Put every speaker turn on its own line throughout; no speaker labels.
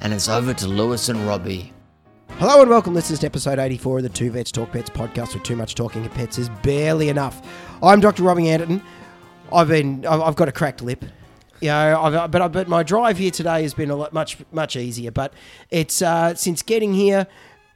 and it's over to Lewis and Robbie.
Hello and welcome, listeners, to episode 84 of the Two Vets Talk Pets podcast, where too much talking to pets is barely enough. I'm Dr. Robbie Anderton. I've been, I've I've got a cracked lip, you know, I've, but but my drive here today has been a lot much much easier. But it's uh, since getting here,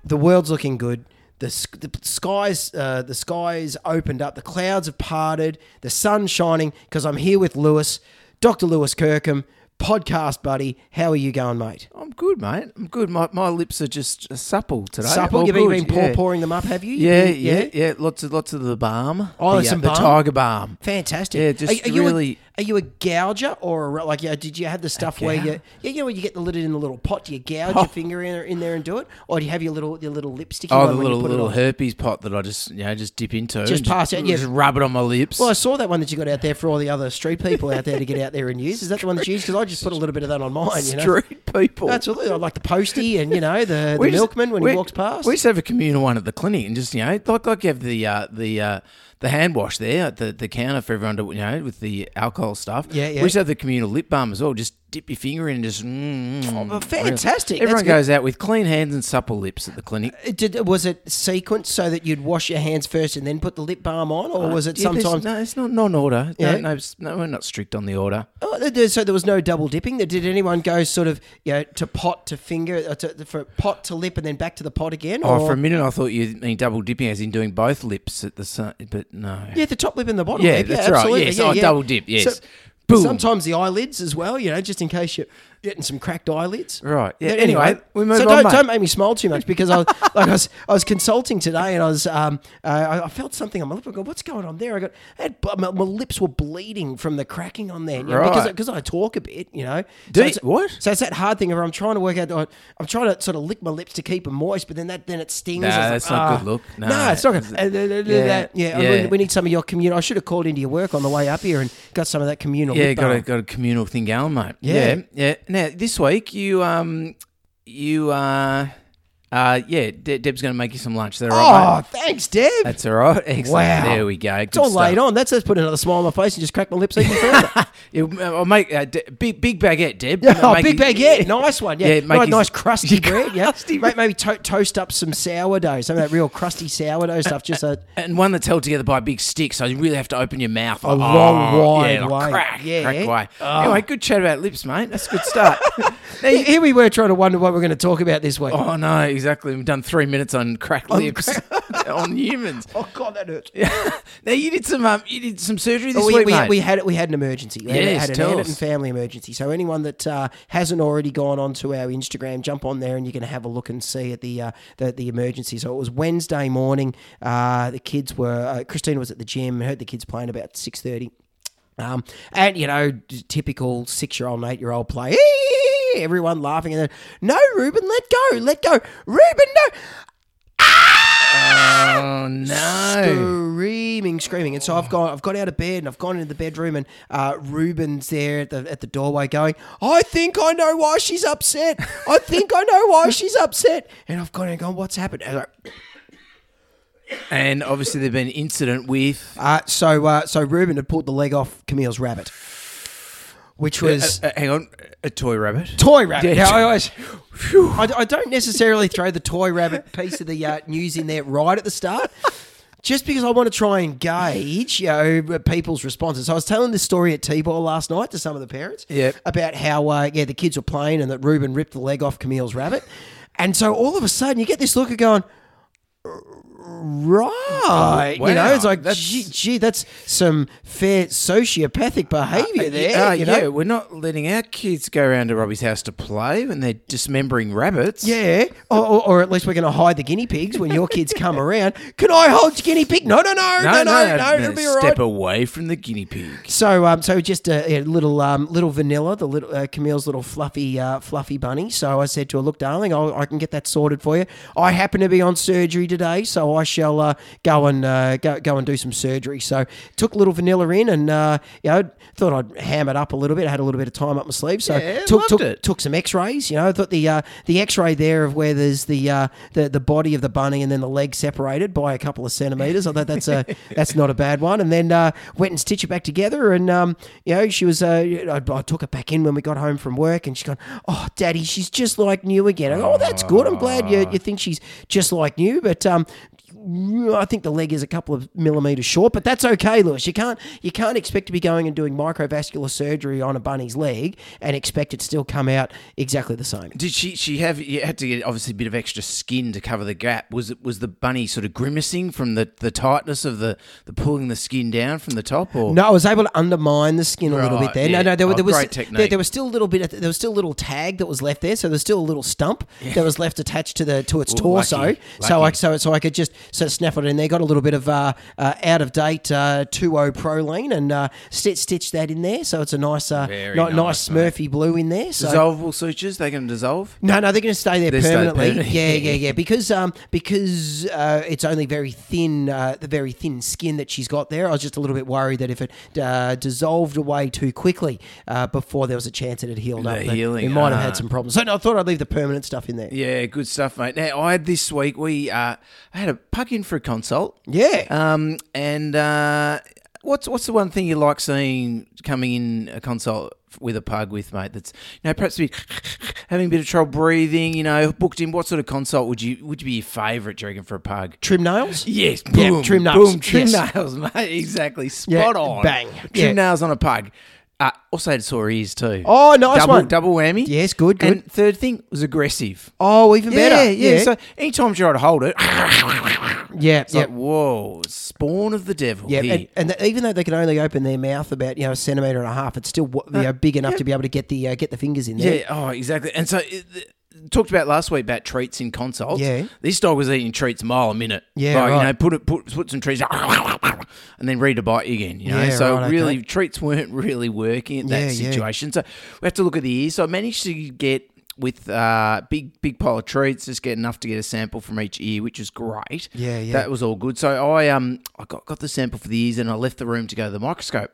the world's looking good. The, sk- the skies, uh, the skies opened up. The clouds have parted. The sun's shining because I'm here with Lewis, Dr. Lewis Kirkham, podcast buddy. How are you going, mate?
I'm good, mate. I'm good. My, my lips are just supple today.
Supple.
All
You've been,
good,
been pour,
yeah.
pouring them up, have you?
Yeah,
You've been-
yeah, yeah. Lots of lots of the balm.
Oh,
the, uh,
some
the
balm?
tiger balm.
Fantastic.
Yeah, just
you
really-
A, are you a gouger or a, ru- like? Yeah, did you have the stuff where
gouge?
you? Yeah, you know when you get the lid in the little pot, do you gouge your finger in there, in there and do it, or do you have your little your little lipstick?
Oh,
one
the
when you
little
put it
little
on?
herpes pot that I just you know just dip into.
Just
and
pass it, yeah.
Just rub it on my lips.
Well, Oh, I saw that one that you got out there for all the other street people out there to get out there and use. Is that the one that you used? Because I just put a little bit of that on mine. You know,
Street people.
absolutely. I like the postie and you know the, the
We just-
milkman when
we-
he walks past.
We used to have a communal one at the clinic, and just you know, like like you have the uh, the uh, the hand wash there at the, the counter for everyone to you know with the alcohol stuff.
Yeah, yeah.
We used to have the communal lip balm as well. Just dip your finger in and just. Mm, mm,
Oh, fantastic. That's
Everyone
good. Uh,
goes out with clean hands and supple lips at the clinic.
Did, was it sequenced so that you'd wash your hands first and then put the lip balm on, or was it
Uh, Yeah, there's-
sometimes
no, it's not non-order. No,
Yeah.
no, it's- no, we're not strict on the order.
Oh, there- there- so there was no double dipping. There- Did anyone go sort of you know to pot to finger, uh, to, for pot to lip, and then back to the pot again?
Oh,
or-
for a minute I thought you mean double dipping, as in doing both lips at the same. But no.
yeah, the top lip and the bottom
Yeah,
lip.
that's
yeah,
right.
absolutely.
Yes,
yeah,
oh,
yeah.
double dip, yes. Boom.
Sometimes the eyelids as well, you know, just in case you're getting some cracked eyelids.
Right, yeah,
But
anyway, we move
so
on,
don't,
mate.
don't make me smile too much because I was, like I was, I was consulting today and I was um, uh, I, I felt something on my lip. I go, what's going on there? I got I had, bu- my, my lips were bleeding from the cracking on there you know, because
Right.
because I talk a bit, you know.
Do you-
it's-
what?
So it's that hard thing where I'm trying to work out. that I- I'm trying to sort of lick my lips to keep them moist, but then that then it stings.
Nah,
It's like,
that's not
ah.
good look.
No,
Nah.
it's not good. Yeah, yeah.
Yeah.
We, we need some of your communal. I should have called into your work on the way up here and got some of that communal.
Yeah,
lip
got a
balm.
got a communal thing going, mate.
Yeah.
yeah, yeah. Now this week you um you uh uh yeah De- Deb's going to make you some lunch. Is that all right, mate?
Oh, thanks, Deb.
That's all right. Excellent.
Wow.
There we go.
it's all laid on. That's just put another smile on my face and just crack my lips even further.
I'll make uh, De- big big baguette, Deb.
oh,
Make
big baguette,
it-
nice one. Yeah,
Yeah, make
Right,
his-
nice crusty bread. Yeah,
crusty
Mate, maybe to- toast up some sourdough, some of that real crusty sourdough stuff. Just a,
And one that's held together by a big stick, so you really have to open your mouth. A
long, wide
yeah,
way.
Like crack,
Yeah. Oh.
crack way. Anyway, good chat about lips, mate. That's a good start. Now you-
here we were trying to wonder what we're going to talk about this week.
oh, no, exactly. We've done three minutes on cracked lips on humans.
Oh, God, that hurts.
Now, you did some um, you did some surgery this
Oh, we,
week,
we,
mate.
we had we had an emergency. We had-
Yes,
had,
tell
an
us.
Anderton family emergency. So anyone that uh, hasn't already gone onto our Instagram, jump on there and you can have a look and see at the uh, the, the emergency. So it was Wednesday morning. Uh, the kids were uh, Christina was at the gym. Heard the kids playing about six thirty. Um, and you know, d- typical six-year-old, and eight-year-old play. Everyone laughing, and then no, Ruben, let go, let go, Ruben, no.
oh, no.
screaming, screaming. And so I've gone, I've got out of bed and I've gone into the bedroom, and uh, Ruben's there at the at the doorway, going, "I think I know why she's upset. I think I know why she's upset." And I've gone and gone, "What's happened?" And I-
And obviously, there's been an incident with.
uh, so uh, so Ruben had pulled the leg off Camille's rabbit, which was.
Uh, hang on, a toy rabbit.
Toy rabbit.
Yeah.
Now, I always, I, I don't necessarily throw the toy rabbit piece of the uh, news in there right at the start, just because I want to try and gauge you know uh, people's responses. So I was telling this story at T-ball last night to some of the parents
Yep.
about how uh, yeah the kids were playing and that Ruben ripped the leg off Camille's rabbit, and so all of a sudden you get this look of going. right.
Oh, Wow,
you know, it's like,
that's-
gee, gee, that's some fair sociopathic behaviour there.
Uh,
you
yeah,
know?
we're not letting our kids go round to Robbie's house to play when they're dismembering rabbits.
Yeah, or, or, or at least we're going to hide the guinea pigs when your kids come around. Can I hold your guinea pig? No, no, no, no, no, no. it'll be all right.
step away from the guinea pig.
So, um, so just a, a little, um, little vanilla, the little uh, Camille's little fluffy, uh, fluffy bunny. So I said to her, "Look, darling, I'll, I can get that sorted for you. I happen to be on surgery today, so I shall uh, go and uh, go, go and do some surgery." So took little vanilla in, and uh, you know, thought I'd ham it up a little bit. I had a little bit of time up my sleeve, so
Yeah,
took
loved
took,
it.
took some X-rays. You know, I thought the uh, the X-ray there of where there's the uh, the the body of the bunny and then the leg separated by a couple of centimeters. I thought that's a that's not a bad one. And then uh, went and stitched it back together. And um, you know, she was uh, I, I took her back in when we got home from work, and she's gone, "Oh, daddy, she's just like new again." I go, "Oh, that's good. I'm glad you you think she's just like new." But um, I think the leg is a couple of millimeters short, but that's okay, Lewis. You can't you can't expect to be going and doing microvascular surgery on a bunny's leg and expect it to still come out exactly the same.
Did she? She have? You had to get obviously a bit of extra skin to cover the gap. Was it? Was the bunny sort of grimacing from the, the tightness of the, the pulling the skin down from the top? Or
No, I was able to undermine the skin a little bit
Right,
there.
yeah.
No, no, there, were
Oh,
there was
great technique.
There, there was still a little bit. Of, there was still a little tag that was left there, so there's still a little stump that was left attached to the to its torso.
lucky,
So I
lucky.
so so I could just sort of snap it in there. Got a little bit of uh, uh, out of date uh, 2.0 proline and uh, stitch stitch that in there. So it's a nice uh,
Very
ni- nice
nice,
Smurfy blue in there. So
dissolvable sutures. They can dissolve.
no, no, they're going to stay there
They stay
permanently.
permanent.
Yeah, yeah, yeah. Because um, because uh, it's only very thin, uh, the very thin skin that she's got there. I was just a little bit worried that if it uh, dissolved away too quickly uh, before there was a chance that it healed up,
The
that
healing,
we might have
ah.
had some problems. So no, I thought I'd leave the permanent stuff in there.
Yeah, good stuff, mate. Now I had this week we uh, I had a puck in for a consult.
Yeah.
Um, and uh, what's what's the one thing you like seeing coming in a consult with a pug with, mate? That's you know perhaps a bit, having a bit of trouble breathing. You know, booked in. What sort of consult would you would be your favourite? Do you reckon for a pug?
Trim nails.
Yes,
Yeah,
boom,
trim nails.
boom, trim
Yes.
nails, mate. Exactly, spot
Yeah,
on.
bang.
trim
Yeah.
nails on a pug. Uh, also had sore ears too.
Oh, nice
double,
one.
double whammy.
Yes, good, good.
And third thing was aggressive.
Oh, even better.
Yeah, yeah. So anytime you try to hold it,
yeah,
it's
yeah.
like whoa, spawn of the devil.
Yeah,
here.
and, and th- even though they can only open their mouth about you know a centimeter and a half, it's still wa- you know, big enough to be able to get the uh, get the fingers in there.
Uh, Yeah. Oh, exactly. And so, it, th- talked about last week about treats in consults.
Yeah.
This dog was eating treats a mile a minute.
Yeah,
Like,
right.
You know, put it, put, put some treats, and then read a bite again. You know.
Yeah,
so
right, okay.
really, treats weren't really working in that
Yeah, yeah.
situation. So we have to look at the ears. So I managed to get. With uh, big big pile of treats, just get enough to get a sample from each ear, which is great.
Yeah, yeah.
That was all good. So I um I got, got the sample for the ears, and I left the room to go to the microscope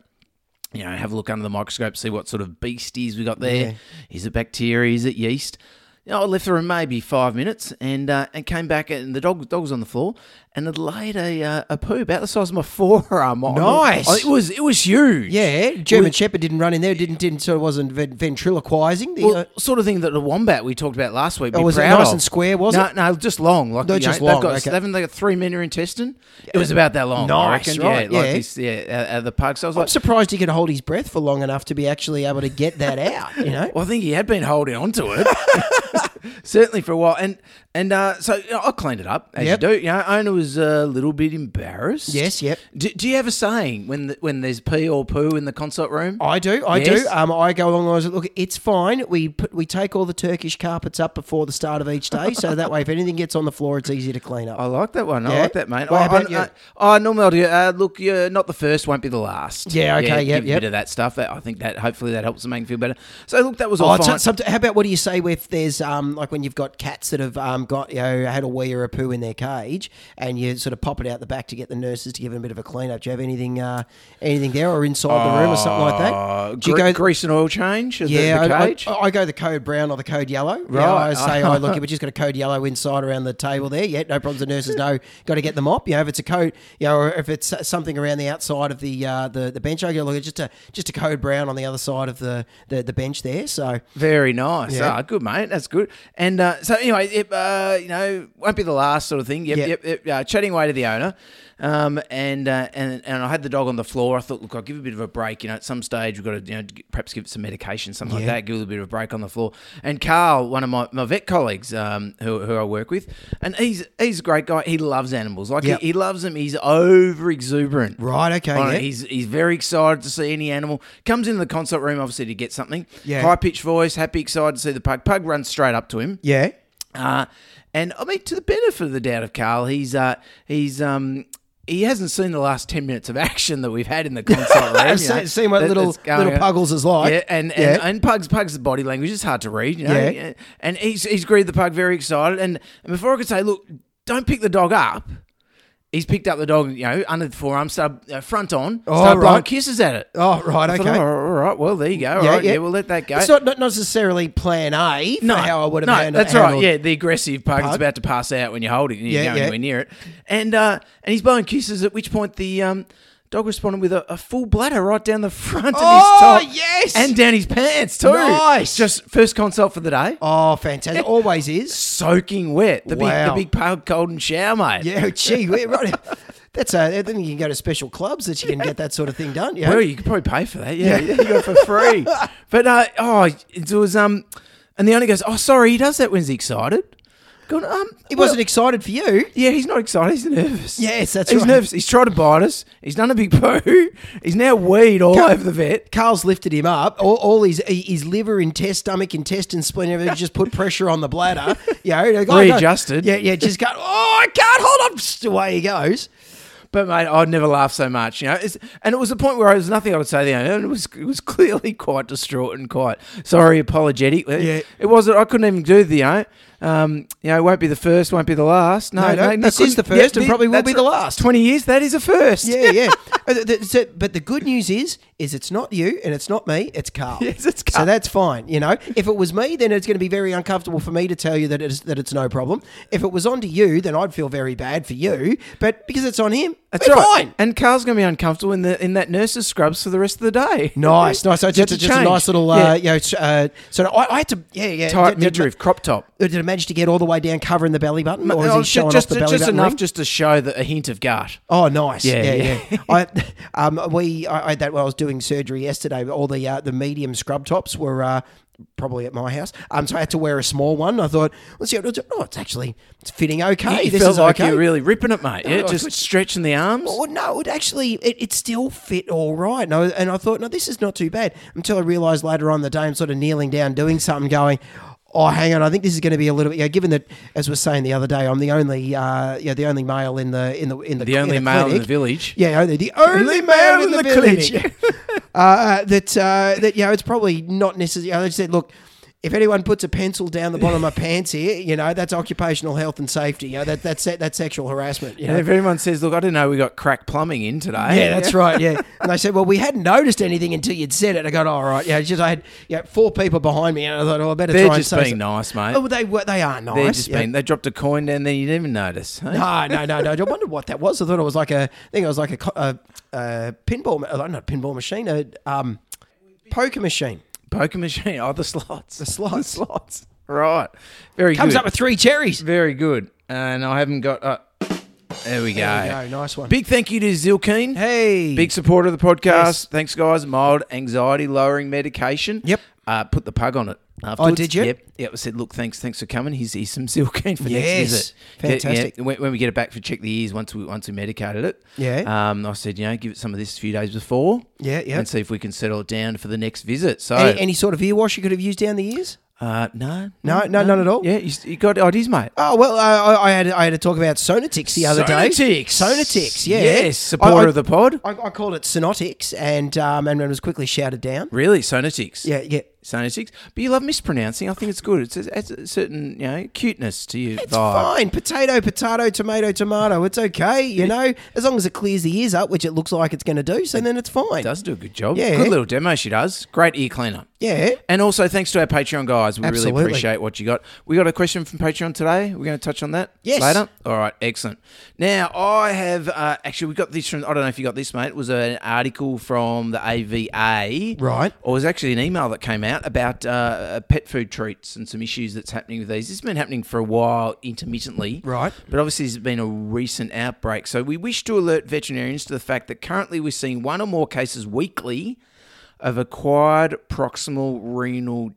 you know, have a look under the microscope, see what sort of beasties we got there. Is it bacteria? Is it yeast? You know, I left the room maybe five minutes and uh, and came back and the dog dog was on the floor and it laid a uh, a poo about the size of my forearm. on-
Nice.
Oh, it was it was huge.
Yeah, German Shepherd didn't run in there. Didn't didn't so it wasn't ven- ventriloquizing. The,
Well,
uh,
sort of thing that the wombat we talked about last week.
Oh,
be
was it
proud
nice
of.
and square, was
no,
it?
No, just long. Like
No,
you know,
just
they've
long,
got-
okay.
Haven't they got three men in intestine? It was about that long. I
Nice,
reckon.
right,
Yeah, like
yeah.
this. Yeah, out, out of the park. So I was like,
I'm surprised he could hold his breath for long enough to be actually able to get that out. You know,
Well, I think he had been holding on to it, certainly for a while. And and uh, so you know, I cleaned it up as
Yep.
you do. You know, owner was a little bit embarrassed.
Yes, yep.
Do, do you have a saying when the, when there's pee or poo in the consult room?
I do, I
Yes.
do. Um, I go along the lines of, look, it's fine. We put we take all the Turkish carpets up before the start of each day, so that way, if anything gets on the floor, it's easy to clean up.
I like that one. I
Yeah?
like that, mate.
What
I,
about you?
I, I, I normally I'll do, uh, look, you're not the first, won't be the last.
Yeah, okay, yep,
give a
yep.
bit of that stuff. That- I think that hopefully that helps them make them feel better. So look, that was all
Oh,
fine.
t- somet- how about what do you say if there's um like when you've got cats that have um got you know had a wee or a poo in their cage and you sort of pop it out the back to get the nurses to give them a bit of a clean up? Do you have anything uh anything there or inside the room or something like
Uh,
that? Do you
gre-
go
grease and oil change? of the-
Yeah,
the
I-
cage?
I, I, go the code brown or the code yellow. Right. I
Right.
say, oh, look, we've just got a code yellow inside around the table there. Yeah, no problems. The nurses know, got to get the mop. You know, if it's a code, you know, or if it's uh, something around the outside of the uh, the, the bench, I go, look, it's just a, just a code brown on the other side of the, the, the bench there. So,
Very nice.
Yeah.
Ah, good, mate. That's good. And uh, so, anyway, it, uh, you know, won't be the last sort of thing. Yep,
Yeah.
yep, yep. Uh, chatting away to the owner, um, and uh, and and I had the dog on the floor. I thought, look, I'll give it a bit of a break. You know, at some stage we've got to, you know, g- perhaps give it some medication, something like
Yeah.
that. Give it a bit of a break on the floor. And Carl, one of my, my vet colleagues, um, who, who I work with, and he's he's a great guy. He loves animals. Like
Yep.
he, he loves them. He's over exuberant.
Right, okay,
On it.
yeah.
Oh, He's he's very excited to see any animal. Comes into the consult room obviously to get something.
Yeah.
High pitched voice, happy, excited to see the pug. Pug runs straight up to him.
Yeah.
Uh, and I mean, to the benefit of the doubt of Carl, he's uh, he's um, he hasn't seen the last ten minutes of action that we've had in the console. room.
I've
you know,
seen- seen what
that-
little-
that's going
little
on.
Puggles is like.
Yeah, and and,
Yeah.
and Pugs Pugs' body language is hard to read. You know,
Yeah.
and he's he's greeted the pug very excited, and, and before I could say, look, don't pick the dog up. He's picked up the dog, you know, under the forearm, start, uh, front on,
Oh,
start blowing
right.
kisses at it.
Oh, right,
I
okay.
thought, oh, all right, well, there you go. All right, yeah, we'll let that go.
It's not, not necessarily plan A for how I would have
no,
handled
That's right.
handled-
Yeah, the aggressive pug is
Pug.
about to pass out when you hold it. And you
Yeah,
go
yeah.
anywhere near it, and uh, and he's blowing kisses. At which point the um, dog responded with a, a full bladder right down the front
Oh,
of his top,
yes!
and down his pants too.
Nice.
Just first consult for the day.
Oh, fantastic. Always is.
Soaking wet. The
Wow.
big the big pug golden shower, mate.
Yeah, gee, we- right. That's a, then you can go to special clubs that you can get that sort of thing done. Yeah.
Well, you could probably pay for that. Yeah, you got it for free. But uh, oh, it was um, and the owner goes, "Oh, sorry, he does that when he's excited." Going, um,
he wasn't excited for you.
Yeah, he's not excited. He's nervous.
Yes, that's
he's
right.
nervous. He's tried to bite us. He's done a big poo. He's now weed all
Cut.
over the vet.
Carl's lifted him up. All, all his his liver, intestine, stomach, intestine, spleen, everything just put pressure on the bladder. Yeah, you know, like, oh, no.
Readjusted.
Yeah, yeah. Just go. Oh, I can't hold on. Psst, Away he goes.
But mate, I'd never laugh so much. You know, it's, and it was a point where there was nothing I would say. The owner it was it was clearly quite distraught and quite sorry, apologetic.
Yeah.
it wasn't. I couldn't even do the you know, um, you know, won't be the first, won't be the last. No,
No,
no,
no,
no,
this is
couldn't-
the first
yeah,
and probably will
that's
be the
right.
last.
Twenty years, that is a first.
Yeah, yeah. Uh, th- th- so- but the good news is, is it's not you and it's not me. It's Carl.
Yes, it's
So
Carl.
that's fine. You know, if it was me, then it's going to be very uncomfortable for me to tell you that it's that it's no problem. If it was on to you, then I'd feel very bad for you. But because it's on him,
That's
we're
right.
fine.
And Carl's gonna be uncomfortable in the in that nurse's scrubs for the rest of the day.
Nice, nice. So it's
That's
just, just a
change.
nice little, uh, you know, it's, uh, sort of. I, I had to, yeah, yeah.
tight
Did- did-
midriff crop top.
Did it manage to get all the way down covering the belly button, or is
Oh,
he
ju-
showing
just,
off the belly
just
button?
enough
ring?
just to show that a hint of gut.
Oh, nice. Yeah,
Yeah,
yeah.
yeah.
I, um, we, I, I that when I was doing surgery yesterday, all the uh, the medium scrub tops were uh, probably at my house. Um, so I had to wear a small one. I thought, let's see, how it looks. oh, it's actually it's fitting okay.
you
this
felt
is
like
Oh, okay. Oh,
you were really ripping it, mate. Yeah,
no,
just
good.
stretching the arms.
Well, no, it actually it, it still fit all right. And I, and I thought, no, this is not too bad. Until I realised later on in the day, I'm sort of kneeling down, doing something, going, oh, hang on, I think this is going to be a little bit. Yeah, given that, as we we're saying the other day, I'm the only, uh, yeah, the only male in the in the in the
The only male in the
clinic.
village.
Yeah, only the only male in the, village. uh, that uh, that you know, it's probably not necessary. I just said, look. If anyone puts a pencil down the bottom of my pants here, you know that's occupational health and safety. You know that that's that's sexual harassment. You know?
And if anyone says, "Look, I didn't know we got crack plumbing in today,"
Yeah, that's right. Yeah, and they said, "Well, we hadn't noticed anything until you'd said it." I got, "All right." Yeah, it's just I had yeah four people behind me, and I thought, "Oh, I better
They're
try
just
and say
being
some-
nice, mate.
Oh, they were. They are nice.
They're just
yeah.
being, they dropped a coin down there, you didn't even notice. eh?
No, no, no, no. I wondered what that was. I thought it was like a. I think it was like a, co- a, a pinball. ma- uh, Not a pinball machine. A um, poker machine.
Poker machine. Oh, the slots. The
slots.
slots. Right. Very
Comes
good.
up with three cherries.
Very good. And I haven't got. Uh, there we go.
There you go. Nice one.
Big thank you to Zilkeen.
Hey.
Big supporter of the podcast.
Yes.
Thanks, guys. Mild anxiety lowering medication.
Yep. Oh,
Uh, put the pug on it. Afterwards.
did you?
Yep. Yep. I said, look, thanks, thanks for coming. Here's, here's some Zilkeen for
Yes.
next visit. Yeah,
Fantastic.
yeah. When, when we get it back for check the ears, once we once we medicated it.
Yeah.
Um, I said, you know, give it some of this a few days before.
Yeah, yeah.
And see if we can settle it down for the next visit. So,
Any, any sort of ear wash you could have used down the ears?
uh, no,
No, no, none at all?
Yeah, you, you got ideas, mate.
Oh well, uh, I, I had I had to talk about Sonatix the other day.
Sonatix.
Sonatix, yeah,
Yes, supporter
I- I-
of the pod.
I, I called it Sonotics, and um, and was quickly shouted down.
Really, Sonatics.
Yeah, yeah.
Sonatics. But you love mispronouncing. I think it's good. It's a, it's a certain, you know, cuteness to you.
It's fine. Potato, potato, tomato, tomato. It's okay, you know, as long as it clears the ears up, which it looks like it's going to do. So then it's fine.
Does do a good job.
Yeah.
Good little demo she does. Great ear cleaner.
Yeah.
And also thanks to our Patreon guys. We
Absolutely.
really appreciate what you got. We got a question from Patreon today. We're going to touch on that
Yes.
later. All right, excellent. Now, I have uh, actually, we got this from, I don't know if you got this, mate. It was an article from the AVA.
Right.
Or it was actually an email that came out. out about uh, pet food treats and some issues that's happening with these. This has been happening for a while intermittently.
Right.
But obviously, there's been a recent outbreak. So we wish to alert veterinarians to the fact that currently we're seeing one or more cases weekly of acquired proximal renal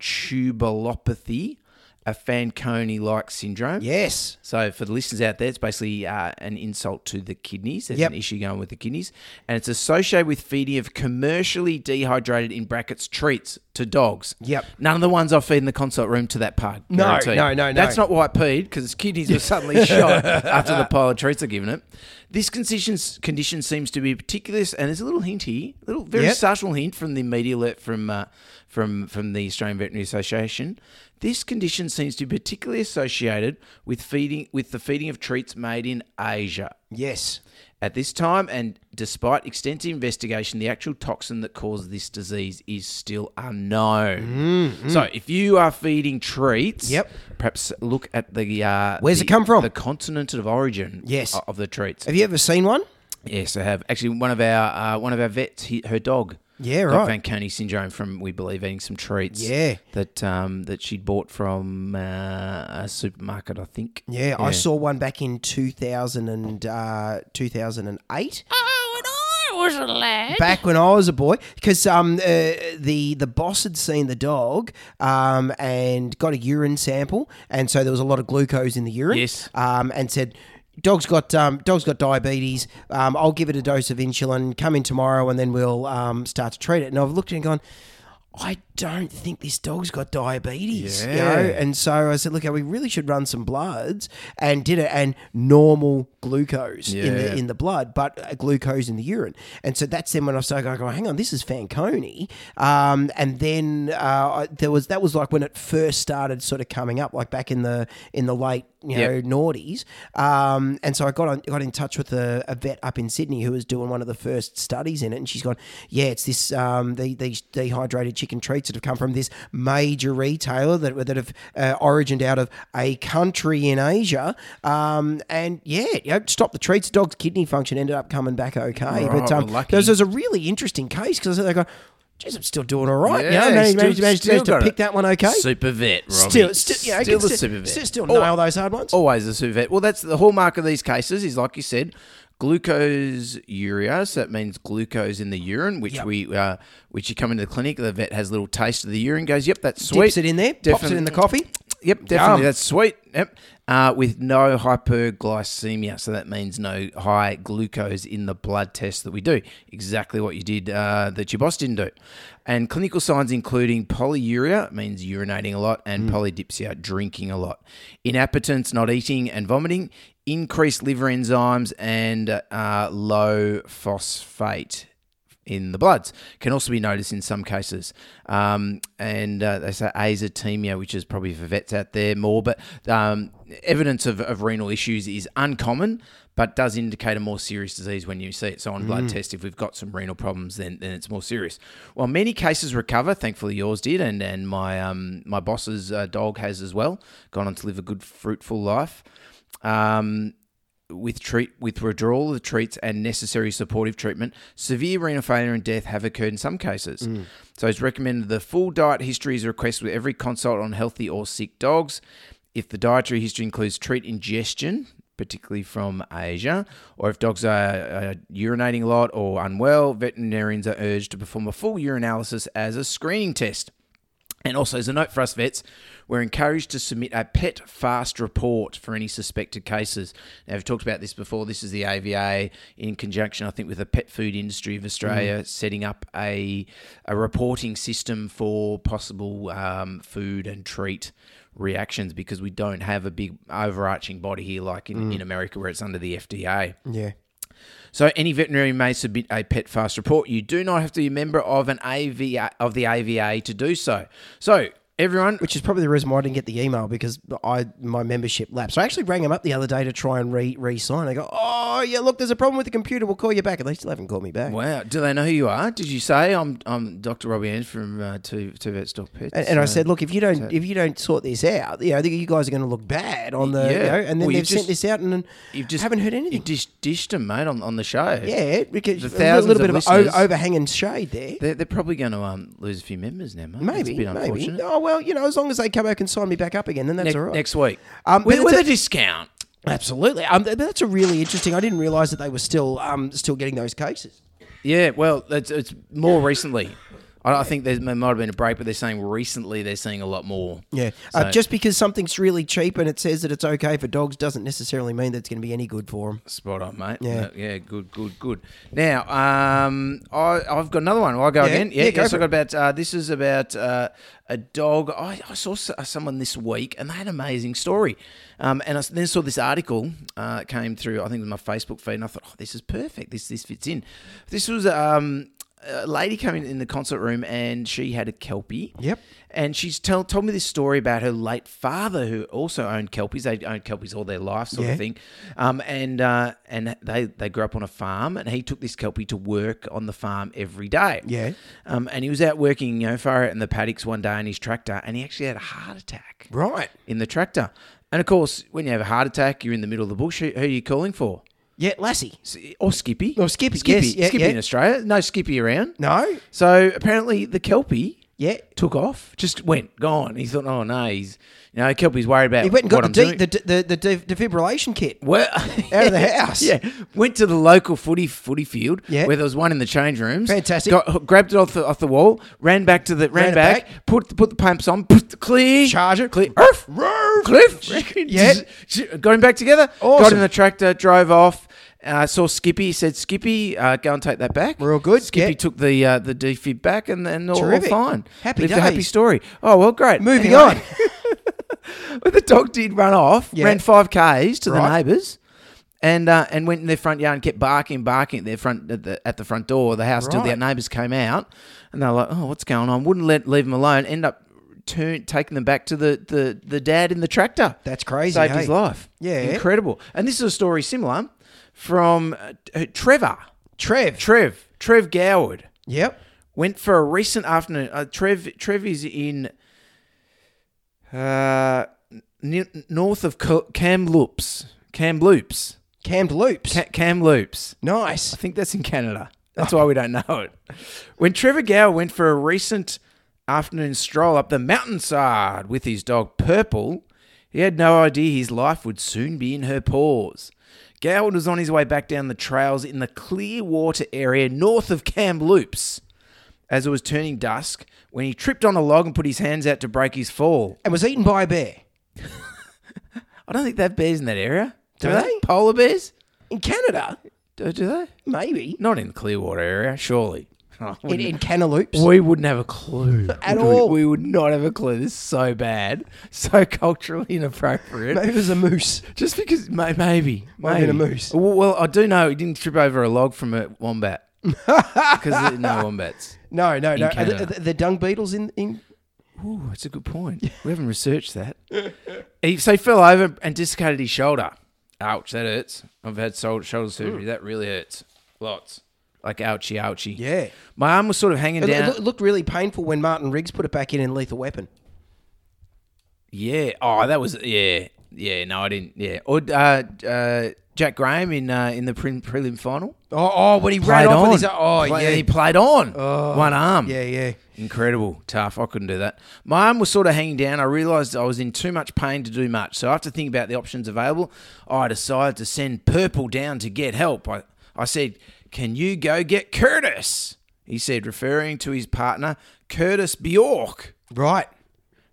tubulopathy, a Fanconi-like syndrome.
Yes.
So for the listeners out there, it's basically uh, an insult to the kidneys. There's
Yep.
an issue going with the kidneys, and it's associated with feeding of commercially dehydrated in brackets treats to dogs.
Yep.
None of the ones I feed in the consult room to that pug.
No,
guarantee.
no, no, no.
That's not why it peed because its kidneys were suddenly shot after the pile of treats are given it. This condition condition seems to be particular, and there's a little hint here, a little very
Yep.
subtle hint from the media alert from uh, from from the Australian Veterinary Association. This condition seems to be particularly associated with feeding with the feeding of treats made in Asia.
Yes.
At this time, and despite extensive investigation, the actual toxin that causes this disease is still unknown. So, if you are feeding treats,
Mm-hmm. Yep.
perhaps look at the uh,
Where's
the-
it come from?
The continent of origin,
Yes.
o- of the treats.
Have you ever seen one?
Yes, I have actually. One of our uh, one of our vets, he, her dog,
Yeah,
got
right.
Fanconi syndrome from we believe eating some treats.
Yeah.
that um that she'd bought from uh, a supermarket, I think.
Yeah, I saw one back in 2000 and, uh, 2008.
Oh, and I was a lad.
back when I was a boy, because um, uh, the the boss had seen the dog um, and got a urine sample, and so there was a lot of glucose in the urine.
Yes.
um, and said. Dog's got um, dog's got diabetes. Um, I'll give it a dose of insulin. Come in tomorrow, and then we'll um, start to treat it. And I've looked at it and gone, I don't think this dog's got diabetes. You
Yeah.
know? And so I said, look, we really should run some bloods, and did it, and normal glucose in the
Yeah.
in the blood, but uh, glucose in the urine. And so that's then when I started going, oh, hang on, this is Fanconi. Um, and then uh, I- there was that was like when it first started sort of coming up, like back in the in the late you know
Yep.
noughties. Um, and so I got on, got in touch with a, a vet up in Sydney who was doing one of the first studies in it, and she's gone, yeah, it's this um, the, these dehydrated chicken treats that have come from this major retailer that that have uh, origined out of a country in Asia. Um, and yeah, you know, stop the treats. Dog's kidney function ended up coming back okay,
Right,
but um,
well, lucky.
there's, there's a really interesting case because they go. Geez, I'm still doing all right.
Yeah,
Yeah, you know, managed,
still-
managed, managed,
still
managed to
got it.
pick that one okay.
Super vet, Robbie.
still, still, you know,
Still
can
the
still,
super vet.
still, still
Oh,
nail those hard ones.
Always a super vet. Well, that's the hallmark of these cases is like you said, glucose urea. So that means glucose in the urine, which
Yep.
we uh, which you come into the clinic, the vet has a little taste of the urine, goes, yep, that's sweet.
Dips it in there, pops it
Definitely-
in the coffee.
Yep, definitely.
Yum.
That's sweet. Yep. Uh, with no hyperglycemia. So that means no high glucose in the blood test that we do. Exactly what you did uh, that your boss didn't do. And clinical signs including polyuria, means urinating a lot, and polydipsia, drinking a lot. Inappetence, not eating, and vomiting. Increased liver enzymes and uh, low phosphate in the bloods can also be noticed in some cases. Um, and uh, they say azotemia, which is probably for vets out there more, but um, evidence of, of renal issues is uncommon, but does indicate a more serious disease when you see it. So on blood test, if we've got some renal problems, then then it's more serious. While many cases recover, thankfully yours did, and and my um, my boss's uh, dog has as well, gone on to live a good fruitful life. Um, with treat with withdrawal of the treats and necessary supportive treatment, severe renal failure and death have occurred in some cases. So it's recommended the full diet history is requested with every consult on healthy or sick dogs. If the dietary history includes treat ingestion, particularly from Asia, or if dogs are, uh urinating a lot or unwell, veterinarians are urged to perform a full urinalysis as a screening test. And also, as a note for us vets, we're encouraged to submit a pet fast report for any suspected cases. Now, we've talked about this before. This is the AVA in conjunction, I think, with the Pet Food Industry of Australia setting up a, a reporting system for possible um, food and treat reactions because we don't have a big overarching body here like in, in America where it's under the FDA.
Yeah.
So any veterinarian may submit a pet fast report. You do not have to be a member of an AVA of the AVA to do so. So everyone.
which is probably the reason why I didn't get the email because I my membership lapsed. So I actually rang them up the other day to try and re re-sign. I go, oh yeah, look, there's a problem with the computer. We'll call you back, and they still haven't called me back.
Wow, do they know who you are? Did you say I'm I'm Dr. Robbie Ann from uh, Two Two Vet Stock Pets?
And, and I
Uh,
said, look, if you don't if you don't sort this out, you know, you guys are going to look bad on the. you
Yeah.
know, and then
Well,
they've
you've
sent
just-
this out and
you've just
haven't heard
you
anything.
dish, dished them, mate, on, on the show.
yeah, because
The
a little,
thousands
bit
of
of, o-
listeners-
overhanging shade there.
they're, they're probably going to um, lose a few members now, mate.
Maybe,
it's a bit
maybe.
unfortunate.
Oh well, you know, as long as they come back and sign me back up again, then that's
Next-
all right.
Next week,
Um,
with,
but
with a
it's
discount.
Absolutely. Um, th- that's a really interesting. I didn't realise that they were still um, still getting those cases.
Yeah, well, it's, it's more recently. I, I think there's, there might have been a break, but they're saying recently they're seeing a lot more.
Yeah.
So-
uh, just because something's really cheap and it says that it's okay for dogs doesn't necessarily mean that it's going to be any good for them.
Spot on, mate.
Yeah.
No, yeah, good, good, good. Now, um, I, I've got another one. Will I go
Yeah,
again? Yeah,
yeah, go
yes,
for
I've got about, uh, this is about uh, a dog. I, I saw s- uh, someone this week and they had an amazing story. Um, and I s- then saw this article uh, came through, I think it was my Facebook feed, and I thought, oh, this is perfect. This, this fits in. This was um, a lady came in, in the concert room and she had a Kelpie.
Yep.
And she's tell, told me this story about her late father, who also owned Kelpies. They owned Kelpies all their life, sort
Yeah.
of thing. Um, and uh, and they they grew up on a farm, and he took this Kelpie to work on the farm every day.
Yeah.
Um, and he was out working, you know, far out in the paddocks one day in his tractor, and he actually had a heart attack
Right.
in the tractor. And of course, when you have a heart attack, you're in the middle of the bush. Who, who are you calling for?
Yeah, Lassie.
S- Or Skippy?
Or Oh, Skippy,
Skippy,
yes, yeah,
Skippy
yeah.
in Australia. No Skippy around.
No.
So apparently, the Kelpie
Yeah.
took off, just went, gone. He thought, oh no, he's you know, Kelpie's worried about.
He went and got
what
the, de-
I'm doing.
the, de- the the de- defibrillation kit.
well,
Out of the house.
Yeah, went to the local footy footy field
Yeah.
where there was one in the change rooms.
Fantastic.
Got, grabbed it off the off the wall, ran back to the
Ran
ran,
it
back, put put the pumps on, put the clear,
Charge it.
clear, Oof, cliff,
Yeah.
got him back together. Got
Awesome.
in the tractor, drove off. Uh, saw Skippy. Said Skippy, uh, go and take that back.
We're all good,
Skippy
yeah.
took the uh, the defib back, and then all, all
Terrific.
fine.
Happy
Lived a happy
days.
story. Oh well, great.
Moving
Anyway. But the dog did run off,
Yeah.
ran five k's to the
Right.
neighbours, and uh, and went in their front yard and kept barking, barking at their front at the, at the front door of the house till the
Right.
neighbours came out, and they're like, "Oh, what's going on?" Wouldn't let leave them alone. End up turn, taking them back to the, the the dad in the tractor.
That's crazy,
Saved his
hey?
life.
Yeah.
incredible. And this is a story similar from uh, uh, Trevor,
Trev.
Trev, Trev Goward
Yep.
went for a recent afternoon. Uh, Trev Trev is in uh, n- north of Co- Kamloops, Kamloops,
Cammed loops.
Ca- Kamloops.
nice.
I think that's in Canada. That's why we don't know it. When Trevor Gower went for a recent afternoon stroll up the mountainside with his dog Purple, he had no idea his life would soon be in her paws. Goward was on his way back down the trails in the Clearwater area north of Kamloops as it was turning dusk when he tripped on a log and put his hands out to break his fall.
And was eaten by a bear
I don't think they have bears in that area. Do,
Do
they?
they?
Polar bears?
in Canada.
Do, do they?
Maybe
Not in the Clearwater area, surely. Oh,
in, in Canaloops.
We wouldn't have a clue
At
would we?
all.
We would not have a clue. This is so bad, so culturally inappropriate.
Maybe it was a moose.
Just because, may, maybe,
Might have
maybe
been a moose.
Well, well, I do know he didn't trip over a log from a wombat because no wombats.
No, no, no. Are the,
Canada.
are the dung beetles in, in
Ooh, that's a good point. We haven't researched that. He- so he fell over and dislocated his shoulder. Ouch, that hurts. I've had sol- shoulder
Mm.
surgery. That really hurts. Lots. Like ouchie, ouchie.
Yeah.
My arm was sort of hanging
It, it
down.
loo- looked really painful when Martin Riggs put it back in in Lethal Weapon.
Yeah. Oh, that was yeah. Yeah. No, I didn't. Yeah. Or uh, uh, Jack Graham in uh, in the pre- prelim final.
Oh, oh when he
Played
ran off with his.
on.
Oh,
Play-
yeah. Oh,
He played on. One arm.
Yeah, yeah.
Incredible. Tough. I couldn't do that. My arm was sort of hanging down. I realised I was in too much pain to do much. So after thinking about the options available, I decided to send Purple down to get help. I, I said, Can you go get Curtis? He said, referring to his partner, Curtis Bjork
Right.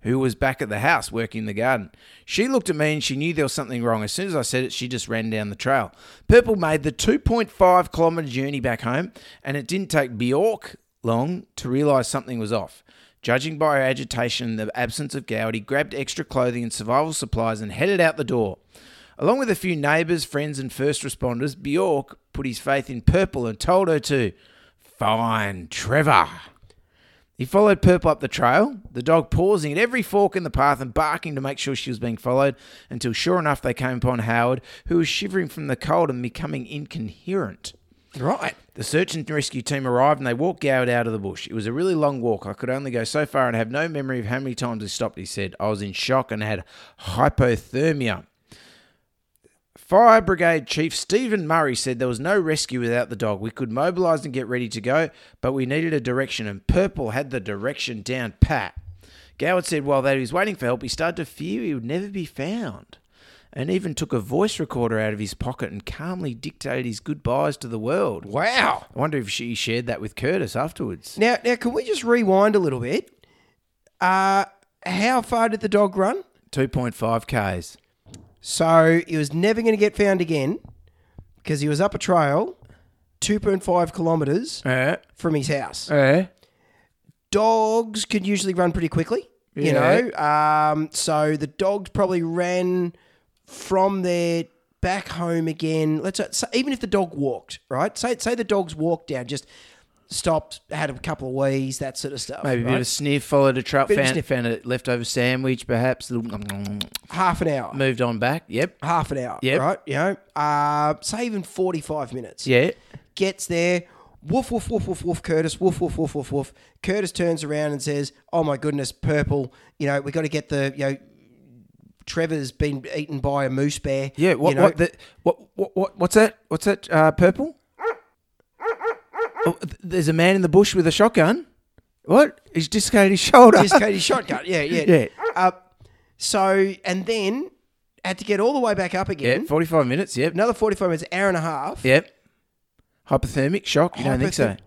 who was back at the house working the garden. She looked at me and she knew there was something wrong. As soon as I said it, she just ran down the trail. Purple made the 2.5 kilometer journey back home, and it didn't take Bjork long to realize something was off. Judging by her agitation and the absence of Gowd, he grabbed extra clothing and survival supplies and headed out the door. Along with a few neighbours, friends, and first responders, Bjork put his faith in Purple and told her to find Trevor. He followed Purp up the trail, the dog pausing at every fork in the path and barking to make sure she was being followed, until sure enough they came upon Howard, who was shivering from the cold and becoming incoherent.
Right.
The search and rescue team arrived and they walked Goward out of the bush. It was a really long walk. I could only go so far and have no memory of how many times he stopped, he said. I was in shock and had hypothermia. Fire Brigade Chief Stephen Murray said there was no rescue without the dog. We could mobilise and get ready to go, but we needed a direction, and Purple had the direction down pat. Goward said while they was waiting for help, he started to fear he would never be found, and even took a voice recorder out of his pocket and calmly dictated his goodbyes to the world.
Wow.
I wonder if she shared that with Curtis afterwards.
Now, now, can we just rewind a little bit? Uh, how far did the dog run?
2.5 Ks.
So he was never going to get found again because he was up a trail, two point five kilometers
Eh?
from his house.
Eh?
Dogs can usually run pretty quickly, you
Yeah.
know. Um, so the dogs probably ran from their back home again. Let's say, even if the dog walked, right? Say say the dogs walked down, just stopped, had a couple of wheeze, that sort of stuff.
Maybe a
right?
bit of sniff, followed a trap,
Bit of
found,
sniff.
found a leftover sandwich perhaps, little,
half an hour.
moved on back. Yep.
half an hour,
Yep.
right? You know, uh, say even 45 minutes.
Yeah.
Gets there, woof, woof, woof, woof, woof, Curtis, woof, woof, woof, woof, woof. Curtis turns around and says, oh my goodness, purple, you know, we got to get the, you know, Trevor's been eaten by a moose bear.
Yeah, what,
you know.
what, the, what, what, what, what's that? What's that? Uh, purple? Oh, th- there's a man in the bush with a shotgun. What? He's dislocated his shoulder.
dislocated his shotgun. Yeah, yeah.
Yeah.
Uh, so, and then had to get all the way back up again.
yeah, 45 minutes. Yep.
Another 45 minutes, hour and a half.
Yep. Hypothermic shock. You don't think so?
Hypothe-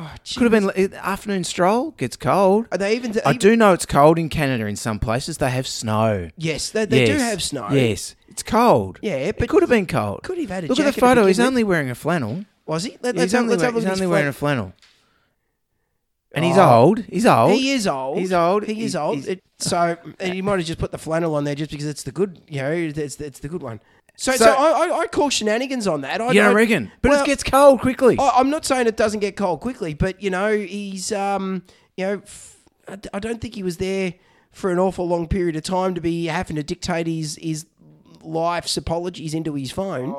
Oh, gee.
Could have been l- eh, afternoon stroll. Gets cold.
Are they even?
I do know it's cold in Canada in some places. They have snow.
Yes, they, they do
Yes.
have snow.
Yes. It's cold.
Yeah,
It
but
could have been cold.
could he've had a
Look at the
jacket to
photo. He's
begin with.
only wearing a flannel.
Was he? Let,
he's
let's have,
only,
let's have a look at
wearing- he's
his
only
flag.
wearing a flannel. And he's old. He's old.
He is old.
He's old.
He is
He's-
old.
he's-
It- so and you might have just put the flannel on there just because it's the good, you know, it's, it's the good one. So, so,
So-
I, I, I call shenanigans on that. I
You don't
I-
reckon? But
well,
it gets cold quickly.
I, I'm not saying it doesn't get cold quickly, but you know, he's um, you know, f- I, d- I don't think he was there for an awful long period of time to be having to dictate his his life's apologies into his phone.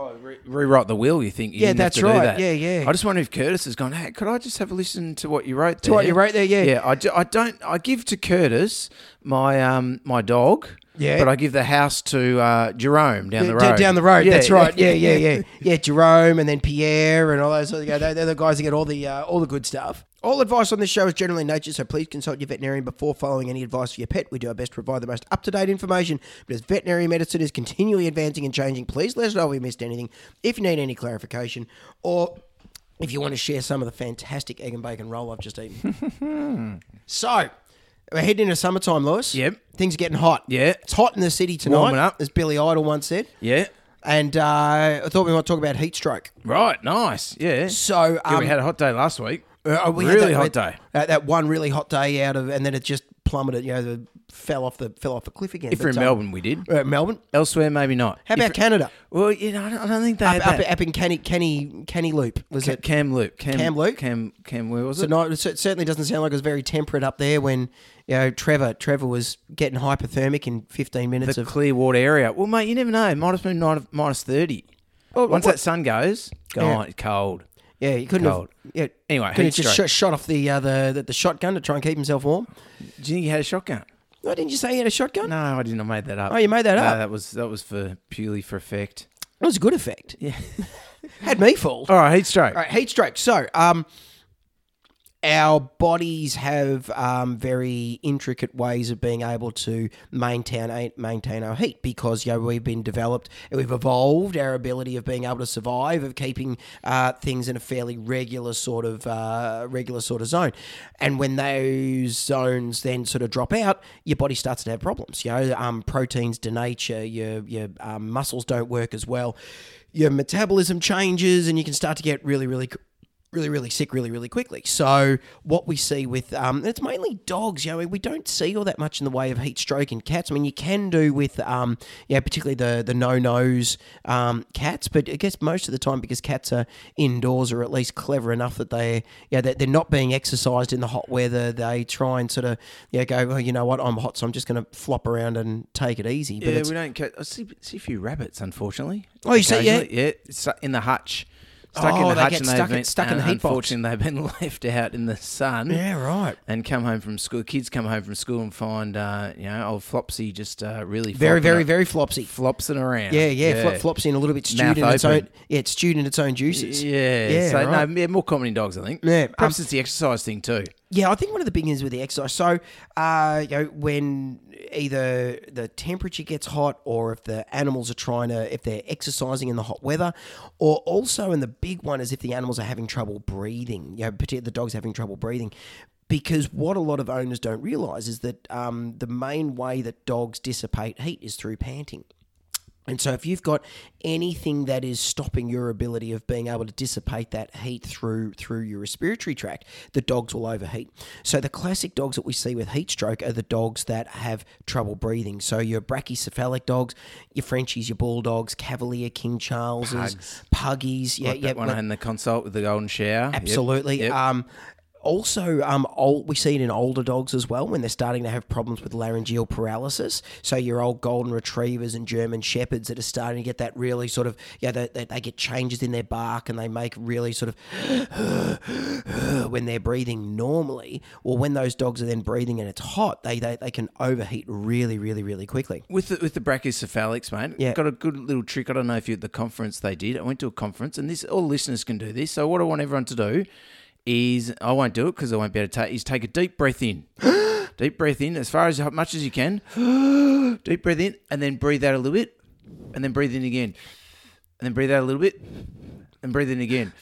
rewrite the will, you think? You
Yeah,
didn't
that's
have to
right.
Do that.
Yeah, yeah.
I just wonder if Curtis has gone. Hey, could I just have a listen to what you wrote? To
what you wrote there, yeah.
Yeah, I, do, I don't. I give to Curtis my um my dog.
Yeah.
but I give the house to uh, Jerome down the
D-
road.
Down the road.
Yeah,
that's right. Yeah, yeah, yeah, yeah. Jerome and then Pierre and all those. Other, they're, they're the guys that get all the uh, all the good stuff. All advice on this show is generally in nature, so please consult your veterinarian before following any advice for your pet. We do our best to provide the most up to date information, but as veterinary medicine is continually advancing and changing, please let us know if we missed anything. If you need any clarification, or if you want to share some of the fantastic egg and bacon roll I've just eaten. so, we're heading into summertime, Lewis.
Yep.
Things are getting hot.
Yeah.
It's hot in the city tonight,
Warming up.
as Billy Idol once said.
Yeah.
And uh, I thought we might talk about heat stroke.
Right. Nice. Yeah.
So
Yeah,
um,
we had a hot day last week.
uh, we had
really
that-
hot day.
uh, that one really hot day out of, and then it just plummeted. You know, the, fell off the fell off a cliff again.
If we're in
But, um,
Melbourne, we did.
uh, Melbourne.
Elsewhere, maybe not.
How
If
about
it-
Canada?
Well, you know, I don't, I don't think they had
Up,
that.
up, up in Canny Canny Canny Loop was
Ca-
it?
Cam Loop. Cam,
Cam Loop?
Cam, Cam, where was
So
it?
no, it cer- certainly doesn't sound like it was very temperate up there when you know Trevor Trevor was getting hypothermic in fifteen minutes
the
of
Clearwater area. Well, mate, you never know. It might have been nine- minus 30. Once that sun goes,
Oh, Yeah.
gone, cold.
yeah he couldn't
Cold.
have yeah
Anyway,
couldn't have
heat
just
stroke.
sh- shot off the, uh, the the the shotgun to try and keep himself warm.
Do you think he had a shotgun?
Why didn't you say he had a shotgun?
No, I didn't. I made that up.
Oh, you made that
no,
up.
That was that was for purely for effect.
It was a good effect. Yeah. Had me fooled.
All right, heat stroke.
All right, heat stroke. So, um, our bodies have um, very intricate ways of being able to maintain maintain our heat because you know, we've been developed, we've evolved our ability of being able to survive, of keeping uh, things in a fairly regular sort of uh, regular sort of zone. And when those zones then sort of drop out, your body starts to have problems. You know, um, proteins denature, your your um, muscles don't work as well, your metabolism changes, and you can start to get really really really, really sick really, really quickly. So what we see with um, it's mainly dogs. You know, we don't see all that much in the way of heat stroke in cats. I mean, you can do with um, yeah, particularly the the no nose um, cats, but I guess most of the time because cats are indoors or at least clever enough that they yeah that they're not being exercised in the hot weather. They try and sort of yeah go well, you know what I'm hot, so I'm just going to flop around and take it easy. But
yeah,
it's,
we don't. Ca- I see, see a few rabbits, unfortunately.
Oh, you see, yeah.
Occasionally, yeah, stu- in the hutch, stuck
Oh,
in
they
the hutch,
get
and they've
stuck in-
been
stuck in the
and
heat box.
Unfortunately, they've been left out in the sun.
yeah, right.
And come home from school. Kids come home from school and find, uh, you know, old Flopsy just uh, really
Very,
flopping
very,
up-
very flopsy.
flopsing around.
Yeah, yeah, Flop, flops in a little bit stewed
Mouth
in its
open.
own. Yeah, it's stewed in its own juices.
Yeah,
yeah,
so
right.
no, yeah, more common in dogs, I think.
Yeah,
perhaps
um,
it's the exercise thing too.
Yeah, I think one of the big things with the exercise. So, uh, you know, when either the temperature gets hot, or if the animals are trying to, if they're exercising in the hot weather, or also, and the big one is if the animals are having trouble breathing. You know, particularly the dog's having trouble breathing. Because what a lot of owners don't realise is that um, the main way that dogs dissipate heat is through panting. And so, if you've got anything that is stopping your ability of being able to dissipate that heat through through your respiratory tract, the dogs will overheat. So, the classic dogs that we see with heat stroke are the dogs that have trouble breathing. So, your brachycephalic dogs, your Frenchies, your bulldogs, Cavalier King Charleses, puggies, yeah, yeah,
that one
like-
in the consult with the golden shower.
Absolutely.
Yep.
Um, also, um, old, we see it in older dogs as well when they're starting to have problems with laryngeal paralysis. So your old golden retrievers and German shepherds that are starting to get that really sort of yeah, they, they, they get changes in their bark and they make really sort of when they're breathing normally. Well, when those dogs are then breathing and it's hot, they they, they can overheat really, really, really quickly.
With the, with the brachycephalics, mate,
Yeah.
got a good little trick. I don't know if you at the conference they did. I went to a conference, and this all listeners can do this. So what I want everyone to do is I won't do it because I won't be able to take. Is take a deep breath in, deep breath in as far as how much as you can, deep breath in, and then breathe out a little bit, and then breathe in again, and then breathe out a little bit, and breathe in again,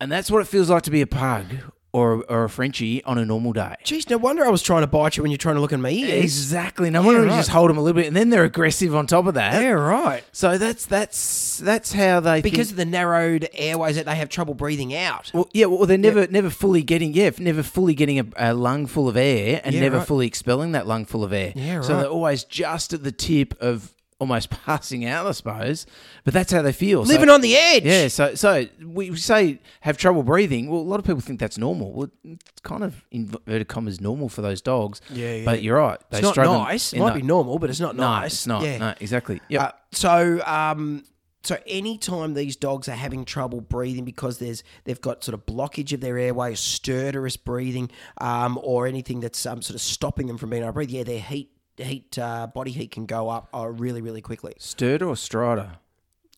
and that's what it feels like to be a pug or or a Frenchie on a normal day.
Jeez, no wonder I was trying to bite you when you're trying to look at me.
Exactly. No wonder we
right.
just hold them a little bit, and then they're aggressive on top of that.
Yeah, right.
So that's that's that's how they
Because
think,
of the narrowed airways that they have trouble breathing out.
well, yeah well they're never never fully getting yeah never fully getting a, a lung full of air and
Yeah,
never
right.
fully expelling that lung full of air
Yeah,
so
right.
they're always just at the tip of almost passing out I suppose but that's how they feel So-
Living on the edge.
yeah so so we we say have trouble breathing well a lot of people think that's normal well it's kind of inverted commas normal for those dogs
Yeah, yeah.
but you're right they
It's not
struggle
nice. It
Yeah,
might
no.
be normal, but it's not
no
nice.
it's not
Yeah.
no exactly yeah
Uh, so, um, so anytime these dogs are having trouble breathing because there's they've got sort of blockage of their airway, stertorous breathing, um, or anything that's um, sort of stopping them from being able to breathe, yeah, their heat heat uh, body heat can go up uh, really really quickly.
stirred or strider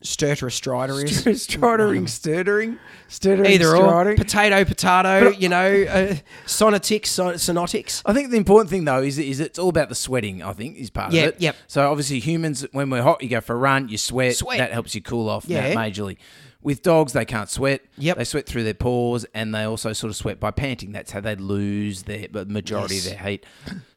Stertorous stridor is
Stuttering, stuttering, stuttering,
either or
stuttering.
potato potato. you know, uh, sonotics, son- sonotics.
I think the important thing though is is it's all about the sweating. I think is part
Yep,
of it.
yep.
So obviously humans, when we're hot, you go for a run, you sweat.
Sweat.
That helps you cool off. Yeah.
Yeah.
majorly. With dogs, they can't sweat.
Yep.
They sweat through their paws, and they also sort of sweat by panting. That's how they lose their the majority of
Yes.
their heat.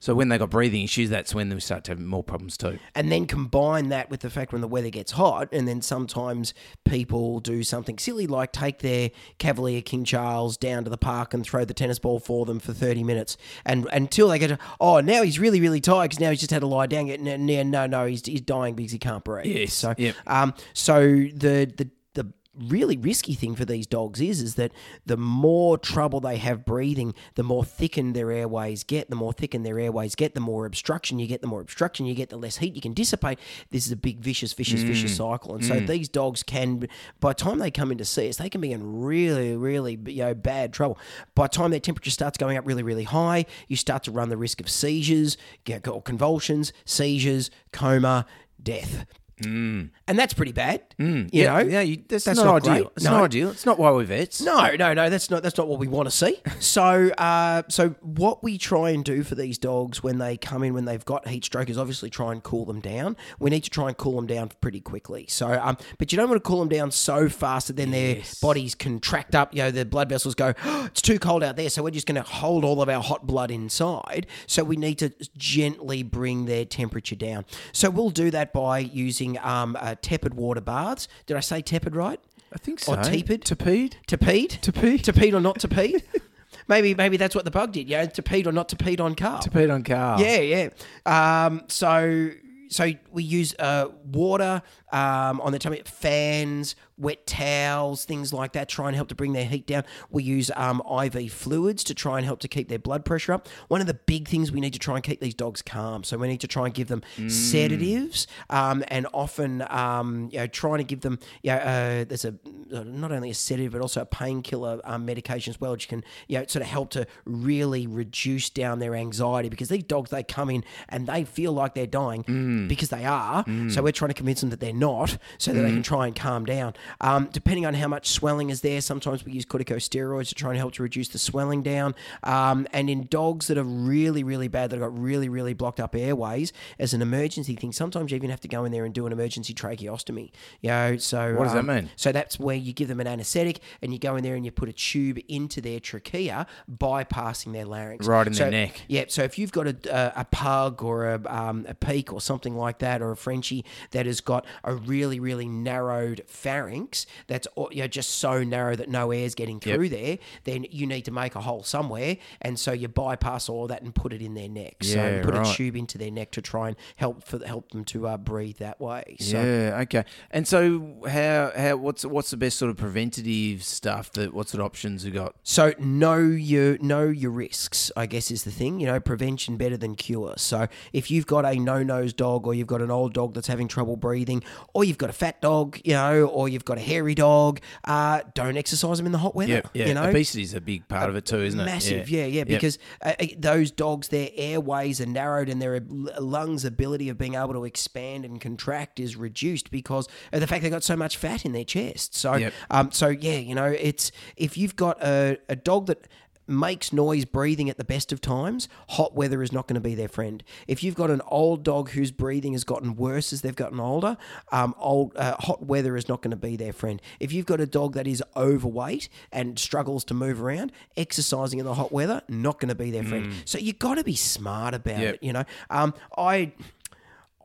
So when they got breathing issues, that's when we start to have more problems too.
and then combine that with the fact when the weather gets hot, and then sometimes people do something silly like take their Cavalier King Charles down to the park and throw the tennis ball for them for thirty minutes, and until they get to, oh now he's really really tired because now he's just had to lie down. No no no, no he's, he's dying because he can't breathe.
Yes,
so
yep.
um so the the the really risky thing for these dogs is is that the more trouble they have breathing the more thickened their airways get the more thickened their airways get the more obstruction you get the more obstruction you get the less heat you can dissipate this is a big vicious vicious vicious
Mm.
cycle and so these dogs can by the time they come in to see us they can be in really really you know bad trouble by the time their temperature starts going up really really high you start to run the risk of seizures get or convulsions seizures coma death and that's pretty bad. You know,
Mm. yeah, you, that's,
That's
not,
not
ideal.
great.
It's
No.
not ideal. It's not why we're vets.
no, no, no. That's not that's not what we want to see. So, uh, so what we try and do for these dogs when they come in when they've got heat stroke is obviously try and cool them down. We need to try and cool them down pretty quickly. So, um, but you don't want to cool them down so fast that then their bodies contract up. You know, their blood vessels go. "Oh, it's too cold out there, so we're just going to hold all of our hot blood inside. So we need to gently bring their temperature down. So we'll do that by using um, uh, tepid water baths. Did I say tepid right?
I think so.
Or tapered?
Tapeed?
To peed?
To pee?
To peed or not to peed? maybe maybe that's what the bug did. You know, to peed or not to peed on carp.
Tapeed on car.
Yeah, yeah. Um, so so we use uh, water um, on the tummy, fans, wet towels, things like that, try and help to bring their heat down. We use um, IV fluids to try and help to keep their blood pressure up. One of the big things we need to try and keep these dogs calm. So we need to try and give them sedatives um, and often um, you know trying to give them you know, uh, there's a not only a sedative but also a painkiller um, medication as well, which can you know sort of help to really reduce down their anxiety because these dogs they come in and they feel like they're dying
Mm.
because they are. So we're trying to convince them that they're not, so that they
Mm.
can try and calm down. Um, depending on how much swelling is there, sometimes we use corticosteroids to try and help to reduce the swelling down. Um, and in dogs that are really really bad, that have got really really blocked up airways, as an emergency thing, sometimes you even have to go in there and do an emergency tracheostomy. You know, so um,
What does that mean?
so that's where you give them an anaesthetic and you go in there and you put a tube into their trachea, bypassing their larynx.
Right in their
So-
neck.
Yeah. So if you've got a, a, a pug or a, um, a peak or something like that, or a Frenchie that has got a really, really narrowed pharynx that's all- you know, just so narrow that no air's getting through there, then you need to make a hole somewhere. And so you bypass all that and put it in their neck.
Yeah,
so put
right.
a tube into their neck to try and help for, help them to uh, breathe that way. So
Yeah. Okay. And so, how how what's what's the best sort of preventative stuff that what sort of options we got?
So know your know your risks, I guess is the thing. You know, prevention better than cure. So if you've got a no nose dog, or you've got an old dog that's having trouble breathing, or you've got a fat dog, you know, or you've got a hairy dog, uh, don't exercise them in the hot weather.
Yeah.
You know,
Obesity is a big part of it too, isn't it?
Massive, yeah, yeah, because uh, uh, those dogs, their airways are narrowed and their ab- lungs' ability of being able to expand and contract is reduced because of the fact they've got so much fat in their chest. So,
Yep.
um, so yeah, you know, it's if you've got a, a dog that makes noise breathing at the best of times hot weather is not going to be their friend if you've got an old dog whose breathing has gotten worse as they've gotten older um, old uh, hot weather is not going to be their friend if you've got a dog that is overweight and struggles to move around exercising in the hot weather not going to be their friend so you got to be smart about
Yep.
it you know um, i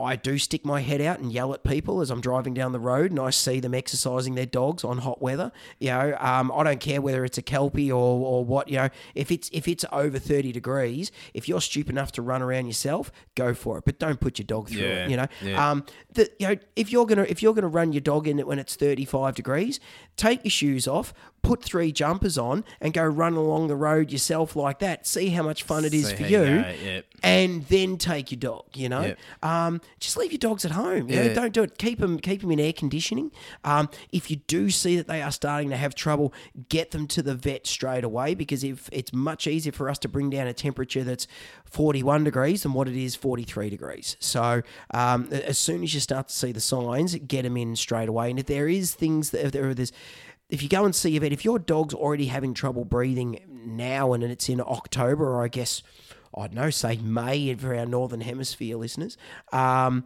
I do stick my head out and yell at people as I'm driving down the road and I see them exercising their dogs on hot weather. You know, um, I don't care whether it's a kelpie or, or what. You know, if it's if it's over 30 degrees, if you're stupid enough to run around yourself, go for it. But don't put your dog through
Yeah,
it. You know,
yeah.
um, the, you know if you're gonna if you're gonna run your dog in it when it's 35 degrees, take your shoes off, put three jumpers on, and go run along the road yourself like that. See how much fun it is
See
for
how
you
you go, yep.
and then take your dog. You know,
Yep.
um, just leave your dogs at home. You
Yeah.
know? Don't do it. Keep them, keep them in air conditioning. Um, if you do see that they are starting to have trouble, get them to the vet straight away because if it's much easier for us to bring down a temperature that's 41 degrees than what it is 43 degrees. So um, a- as soon as you start to see the signs, get them in straight away. And if there is things that if there are this if you go and see your vet, if your dog's already having trouble breathing now and it's in October, or I guess, I don't know, say May for our Northern Hemisphere listeners, um,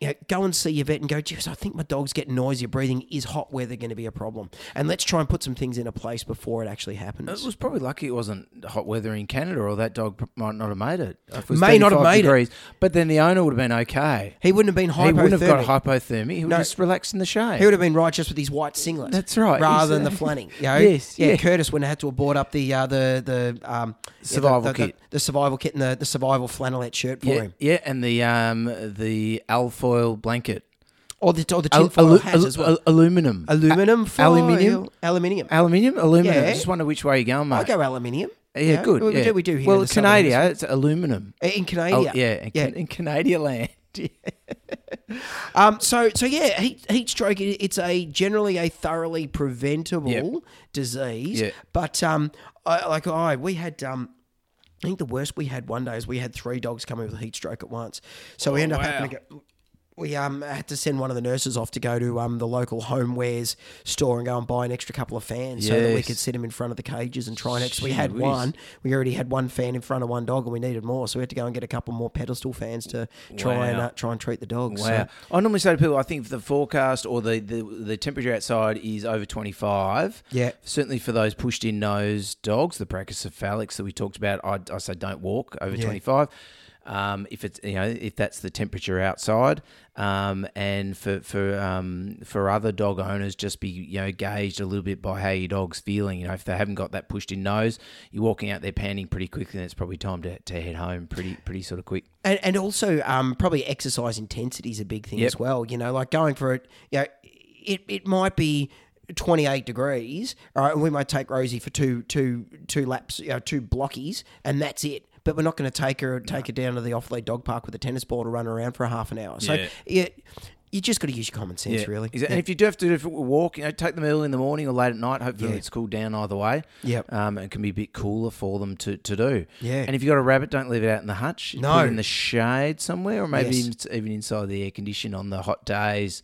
you know, go and see your vet and go, geez, I think my dog's getting noisier breathing. Is hot weather going to be a problem? And let's try and put some things into place before it actually
It
happens.
was probably lucky it wasn't hot weather in Canada, or that dog p- might not have made it. If it was
May not have
35
made it.
degrees, But then the owner would have been okay.
He wouldn't have been hypothermic.
He wouldn't have got hypothermia. He would
No.
just relax in the shade.
He would have been right just with his white singlet.
That's right,
Rather than the
exactly.
flanning. You know?
Yes,
Yeah,
yeah.
Curtis wouldn't have had to abort up the uh, the the um, yeah, the-
Survival
the- the-
kit.
The, survival kit and the, the survival flannelette shirt for
yeah,
him.
yeah, and the um the alfoil blanket,
Or the or the
Al-
tinfoil
alu-
hats
alu-
as well.
al- aluminium,
aluminium foil.
aluminium?
Aluminium.
aluminium, aluminium.
Yeah.
I just wonder which way you're going, mate.
I go aluminium.
yeah,
You know,
good.
We,
yeah.
do, we do here.
Well,
in the Southern
Canada, it's aluminium.
Hemisphere. In
Oh,
Canada.
yeah, in, Can- in Canada land. Yeah.
Um, so, so yeah, heat, heat stroke. it- It's a generally a thoroughly preventable
Yep.
disease.
Yep.
But um, I, like I, we had um, I think the worst we had one day is we had three dogs coming with a heat stroke at once. So
Oh,
we ended up having to go. We um, had to send one of the nurses off to go to um, the local homewares store and go and buy an extra couple of fans so that we
Yes.
could sit them in front of the cages and try and actually. We
Gee
had
whiz.
one. We already had one fan in front of one dog and we needed more, so we had to go and get a couple more pedestal fans to try and
Wow.
uh, try and treat the dogs.
Wow.
So-
I normally say to people, I think if the forecast or the, the, the temperature outside is over 25.
Yeah.
Certainly for those pushed in nose dogs, the brachycephalics that we talked about, I, I say don't walk over 25. um, if it's you know if that's the temperature outside, um, and for for um, for other dog owners, just be you know gauged a little bit by how your dog's feeling. You know if they haven't got that pushed in nose, you're walking out there panting pretty quickly, and it's probably time to, to head home pretty pretty sort of quick.
And, and also, um, probably exercise intensity is a big thing
Yep.
as well. You know, like going for it, you know, it, it might be 28 degrees, all right, and we might take Rosie for two, two, two laps, you know, two blockies, and that's it. But we're not going to take her take her down to the off lead dog park with a tennis ball to run around for a half an hour. So
Yeah.
it, you just got to use your common sense, really.
Exa- And if you do have to do a walk, you know, take them early in the morning or late at night. Hopefully, it's cooled down either way.
Yep.
Um, it can be a bit cooler for them to, to do.
Yeah.
And if you've got a rabbit, don't leave it out in the hutch.
No.
Put it in the shade somewhere, or maybe
Yes.
even- even inside the air condition on the hot days,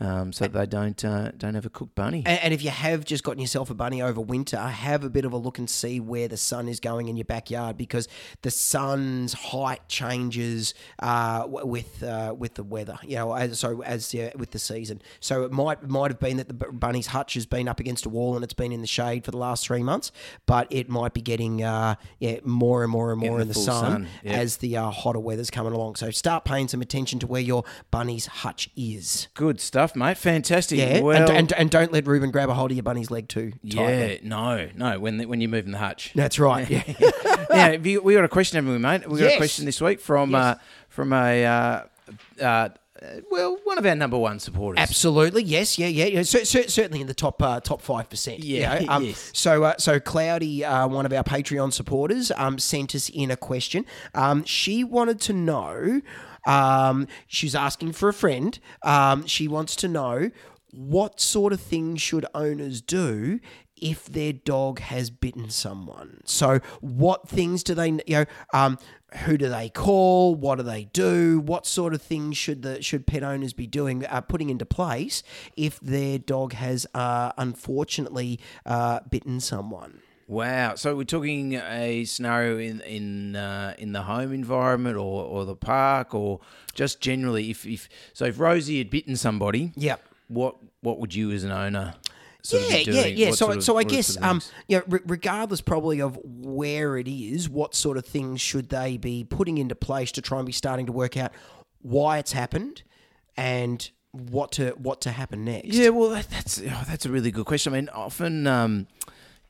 um, so that they don't uh, don't have a cooked bunny.
And, and if you have just gotten yourself a bunny over winter, have a bit of a look and see where the sun is going in your backyard because the sun's height changes uh, w- with uh, with the weather. You know, as, so as yeah, with the season. So it might might have been that the bu- bunny's hutch has been up against a wall and it's been in the shade for the last three months, but it might be getting uh, yeah more and more and more in the,
the full
sun,
sun, yeah.
as the uh, hotter weather's coming along. So start paying some attention to where your bunny's hutch is.
Good stuff, mate. Fantastic.
Yeah, and-
Well,
and, and don't let Ruben grab a hold of your bunny's leg too tightly.
yeah, no, no. When the, when you're moving the hutch.
That's right. Yeah.
now, have you, we got a question, haven't we, mate? We got
Yes.
a question this week from uh, from a uh, uh, uh, well, one of our number one supporters.
Absolutely. Yes. Yeah. Yeah. yeah. Cer- cer- certainly in the top uh, top five percent.
Yeah, yes.
So uh, so Cloudy, uh, one of our Patreon supporters, um, sent us in a question. Um, she wanted to know. Um, she's asking for a friend. Um, she wants to know what sort of things should owners do if their dog has bitten someone. So what things do they you know? Um, who do they call? What do they do? What sort of things should the should pet owners be doing, uh, putting into place if their dog has uh, unfortunately uh, bitten someone?
Wow. So we're talking a scenario in in uh, in the home environment or, or the park or just generally if, if so if Rosie had bitten somebody,
Yep.
what what would you as an owner sort of
yeah,
be doing?
yeah, yeah.
What
So,
sort of-
so I
what sort
guess,
of
um,
things?
you know, re- regardless probably of where it is, what sort of things should they be putting into place to try and be starting to work out why it's happened and what to what to happen next?
Yeah, well, that, that's oh, that's a really good question. I mean, often, um,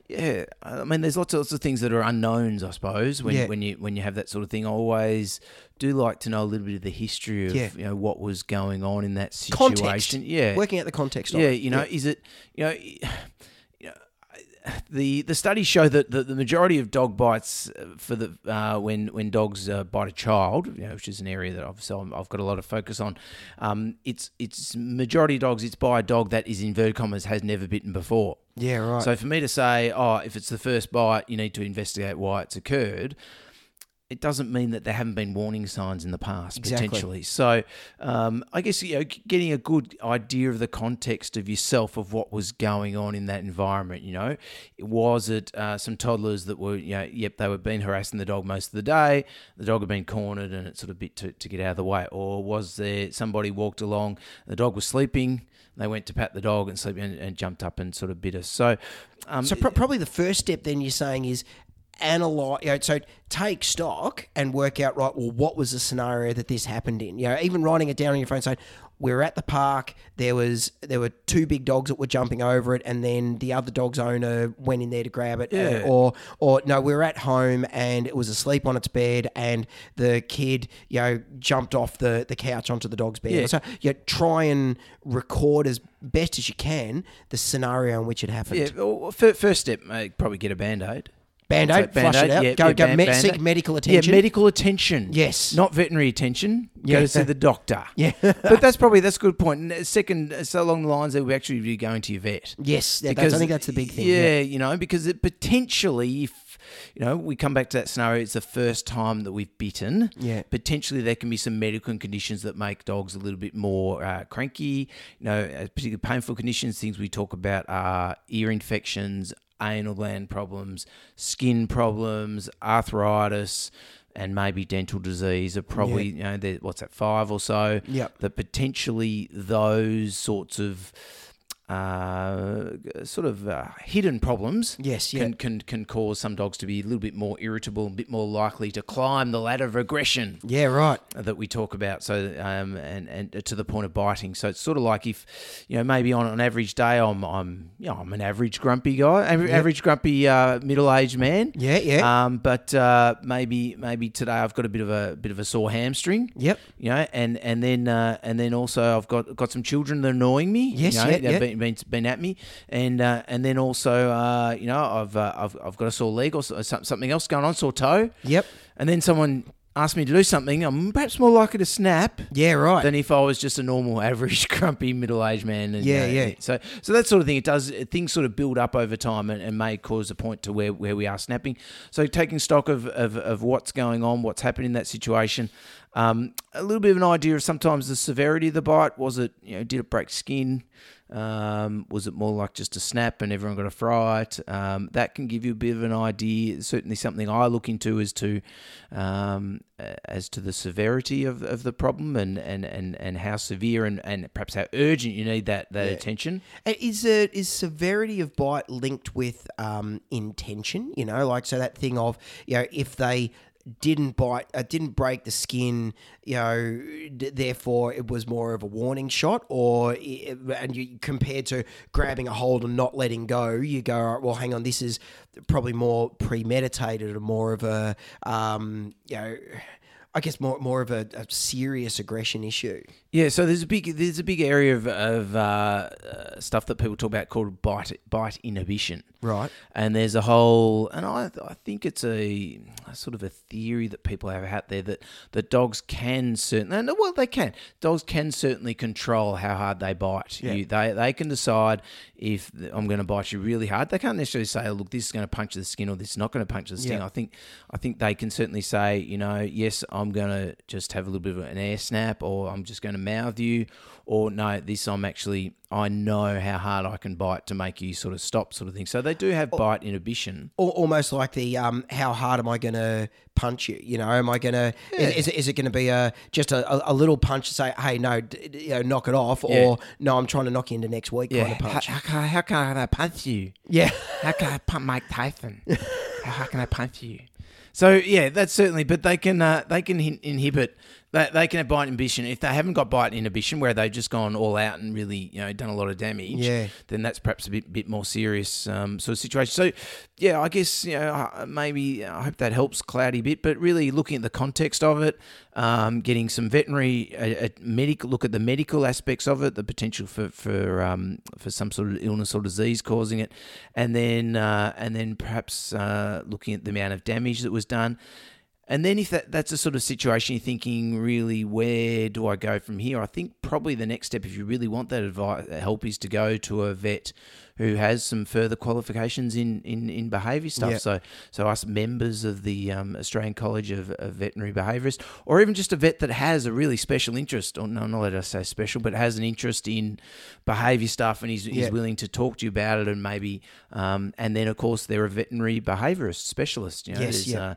yeah, I mean, there's lots of, lots of things that are unknowns, I suppose. When
Yeah.
when you when you have that sort of thing, I always do like to know a little bit of the history of
Yeah.
you know what was going on in that situation.
Context.
Yeah,
Working out the context. of
yeah,
it.
you know, is it you know, you know, I- the the studies show that the, the majority of dog bites uh, for the uh, when when dogs uh, bite a child, you know, which is an area that obviously I'm, I've got a lot of focus on. Um, it's it's majority of dogs. It's by a dog that is inverted commas has never bitten before.
Yeah, right.
So for me to say, oh, if it's the first bite, you need to investigate why it's occurred. It doesn't mean that there haven't been warning signs in the past,
Exactly.
potentially. So, um, I guess you know, getting a good idea of the context of yourself of what was going on in that environment. You know, was it uh, some toddlers that were, you know, yep, they were being harassing the dog most of the day. The dog had been cornered, and it's sort of bit to, to get out of the way. Or was there somebody walked along, the dog was sleeping, they went to pat the dog and sleep and, and jumped up and sort of bit us. So, um,
So pro- probably the first step then you're saying is analyze. You know, so take stock and work out right. Well, what was the scenario that this happened in? You know, even writing it down on your phone, saying we were at the park. There was there were two big dogs that were jumping over it, and then the other dog's owner went in there to grab it. uh, or or no, we were at home and it was asleep on its bed, and the kid you know jumped off the the couch onto the dog's bed. So you know, try and record as best as you can the scenario in which it happened.
yeah, well, fir- first step, uh, probably get a band aid.
Band aid,
So
flush it out. go go
Band-
med-
Band-Aid.
seek medical attention.
Yeah, medical attention.
Yes.
Not veterinary attention.
Yeah.
Go to see the doctor.
Yeah.
but that's probably that's a good point. And uh, second, so along the lines that we actually be going to your vet.
yes, that- that's, I think that's the big thing.
Yeah,
Yeah.
you know, because it potentially, if you know, we come back to that scenario, it's the first time that we've bitten.
Yeah.
Potentially, there can be some medical conditions that make dogs a little bit more uh, cranky. You know, uh, particularly painful conditions. Things we talk about are ear infections, anal gland problems, skin problems, arthritis. And maybe dental disease are probably you know they're- what's that five or so
Yep.
that potentially those sorts of uh, sort of uh, hidden problems
Yes, yeah.
can, can can cause some dogs to be a little bit more irritable, a bit more likely to climb the ladder of aggression
Yeah, right.
that we talk about. So, um, and and to the point of biting. So it's sort of like if you know maybe on an average day, I'm I'm you know, I'm an average grumpy guy, aver- average grumpy uh, middle aged man.
Yeah, yeah.
Um, but uh, maybe maybe today I've got a bit of a bit of a sore hamstring.
Yep.
You know, and and then uh, and then also I've got got some children that are annoying me.
Yes,
You know,
yeah,
they've
yeah.
Been, been been at me, and uh, and then also uh, you know I've uh, I've I've got a sore leg or so- some- something else going on, sore toe.
Yep.
And then someone asks me to do something, I'm perhaps more likely to snap
Yeah, right.
than if I was just a normal, average, grumpy, middle-aged man. And, uh,
Yeah, yeah.
So, so that sort of thing. It does things sort of build up over time and, and may cause a point to where, where we are snapping. So, taking stock of, of, of what's going on, what's happened in that situation. Um, a little bit of an idea of sometimes the severity of the bite. Was it you know did it break skin? Um, was it more like just a snap and everyone got a fright? Um, that can give you a bit of an idea. Certainly, something I look into as to um, a- as to the severity of, of the problem and, and, and, and how severe and, and perhaps how urgent you need that, that attention.
Uh, Is uh, is severity of bite linked with um, intention? You know, like so that thing of you know if they didn't bite, uh, didn't break the skin, you know, d- therefore it was more of a warning shot, or i- and you compared to grabbing a hold and not letting go, you go, "All right, well, hang on, this is probably more premeditated or more of a um, you know. I guess more more of a, a serious aggression issue.
Yeah, so there's a big there's a big area of, of uh, uh, stuff that people talk about called bite bite inhibition.
Right.
And there's a whole, and I, I think it's a, a sort of a theory that people have out there that that dogs can certainly, and well, they can. Dogs can certainly control how hard they bite. You, they they can decide if th- I'm going to bite you really hard. They can't necessarily say, oh, look, this is going to punch the skin or this is not going to punch the skin. I think I think they can certainly say, you know, yes, I'm going to just have a little bit of an air snap, or I'm just going to mouth you, or no, this I'm actually I know how hard I can bite to make you sort of stop, sort of thing. So they do have bite inhibition.
Al almost like the um, how hard am I going to punch you? You know, am I going to is, is, it- is it going to be a just a, a, a little punch to say, hey, no, d- d- you know, knock it off, or no, I'm trying to knock you into next week kind of punch.
How, how, how can I punch you?
yeah,
How can I pump Mike Tyson? How can I pump you? So yeah, that's certainly. But they can uh, they can hin- inhibit. They, they can have bite inhibition if they haven't got bite inhibition, where they've just gone all out and really you know done a lot of damage.
Yeah.
then that's perhaps a bit bit more serious um, sort of situation. So yeah, I guess you know uh, maybe I hope that helps Cloudy a bit. But really looking at the context of it, um, getting some veterinary uh, uh, medical look at the medical aspects of it, the potential for for um, for some sort of illness or disease causing it, and then uh, and then perhaps uh, looking at the amount of damage that was done. And then if that, that's a sort of situation you're thinking, really, where do I go from here? I think probably the next step, if you really want that advice, help, is to go to a vet who has some further qualifications in in, in behaviour stuff.
Yeah.
So, so us members of the um, Australian College of, of Veterinary Behaviourists, or even just a vet that has a really special interest, or no, not let us say special, but has an interest in behaviour stuff, and he's,
Yeah.
he's willing to talk to you about it, and maybe, um, and then of course they're a veterinary behaviourist specialist. You know,
Yes,
there's,
yeah.
uh,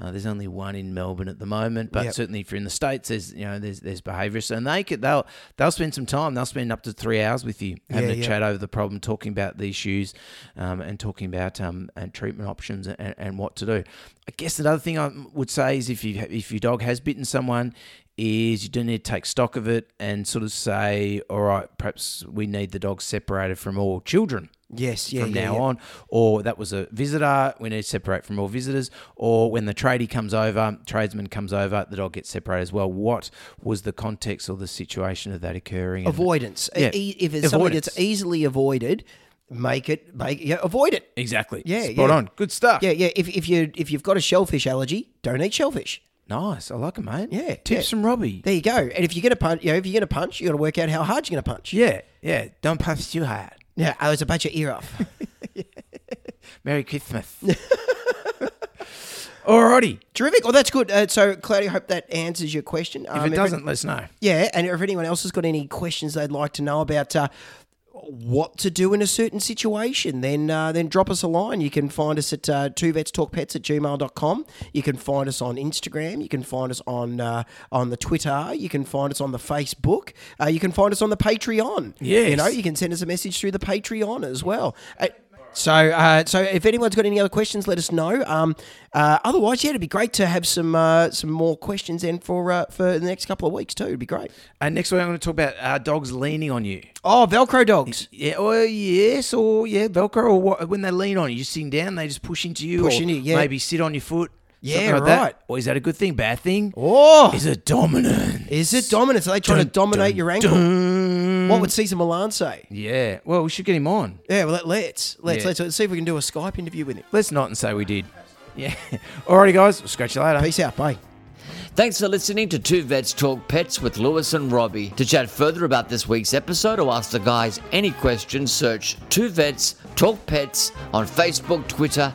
uh, there's only one in Melbourne at the moment, but
Yep.
certainly if you're in the states, there's you know there's there's behaviourists, and they could they'll they'll spend some time. They'll spend up to three hours with you having
Yeah,
a
yeah.
chat over the problem, talking about the issues, um, and talking about um, and treatment options and, and what to do. I guess another thing I would say is if you if your dog has bitten someone. Is you do need to take stock of it and sort of say, all right, perhaps we need the dog separated from all children
yes, yeah,
from
yeah,
now
yeah.
on, or that was a visitor. We need to separate from all visitors, or when the tradie comes over, tradesman comes over, the dog gets separated as well. What was the context or the situation of that occurring? And-
Avoidance.
Yeah.
E- If it's something
Avoidance.
that's easily avoided, make it make yeah, avoid it.
exactly.
Yeah,
spot
yeah.
on. Good stuff.
Yeah, yeah. If, if you if you've got a shellfish allergy, don't eat shellfish.
nice. I like it, mate.
Yeah,
tips
yeah.
from Robbie.
There you go. And if you're gonna punch, you know, if you're gonna punch, you got to work out how hard you're gonna punch.
yeah, yeah. Don't punch too hard.
Yeah, I was about your ear off.
Merry Christmas. Alrighty.
Terrific. Well, that's good. Uh, so, Claudia, hope that answers your question. Um,
If it doesn't, let us know.
Yeah, and if anyone else has got any questions they'd like to know about uh, what to do in a certain situation, then uh, then drop us a line. You can find us at uh, two vets talk pets at gmail.com. You can find us on Instagram. You can find us on uh, on the Twitter. You can find us on the Facebook. Uh, you can find us on the Patreon.
Yes.
You know, you can send us a message through the Patreon as well. Uh, so, uh, so if anyone's got any other questions, let us know. Um, uh, otherwise, yeah, it'd be great to have some uh, some more questions in for uh, for the next couple of weeks too. It'd be great.
And next week, I'm going to talk about uh, dogs leaning on you.
Oh, Velcro dogs.
Yeah, or yes, or yeah, Velcro, or what, when they lean on you, you're sitting down, they just push into you,
Push
or
into you, yeah.
maybe sit on your foot.
Yeah,
something like
right.
That. Or is that a good thing? Bad thing?
Oh,
Is it dominant?
Is it dominance? Are they trying to dominate your ankle? What would Cesar Milan say?
Yeah. Well, we should get him on.
Yeah, well, let, let's let's,
Yeah.
let's let's see if we can do a Skype interview with him.
Let's not and say we did. Yeah. Alrighty, guys. We'll scratch you later.
Peace out, bye.
Thanks for listening to Two Vets Talk Pets with Lewis and Robbie. To chat further about this week's episode or ask the guys any questions, search Two Vets Talk Pets on Facebook, Twitter,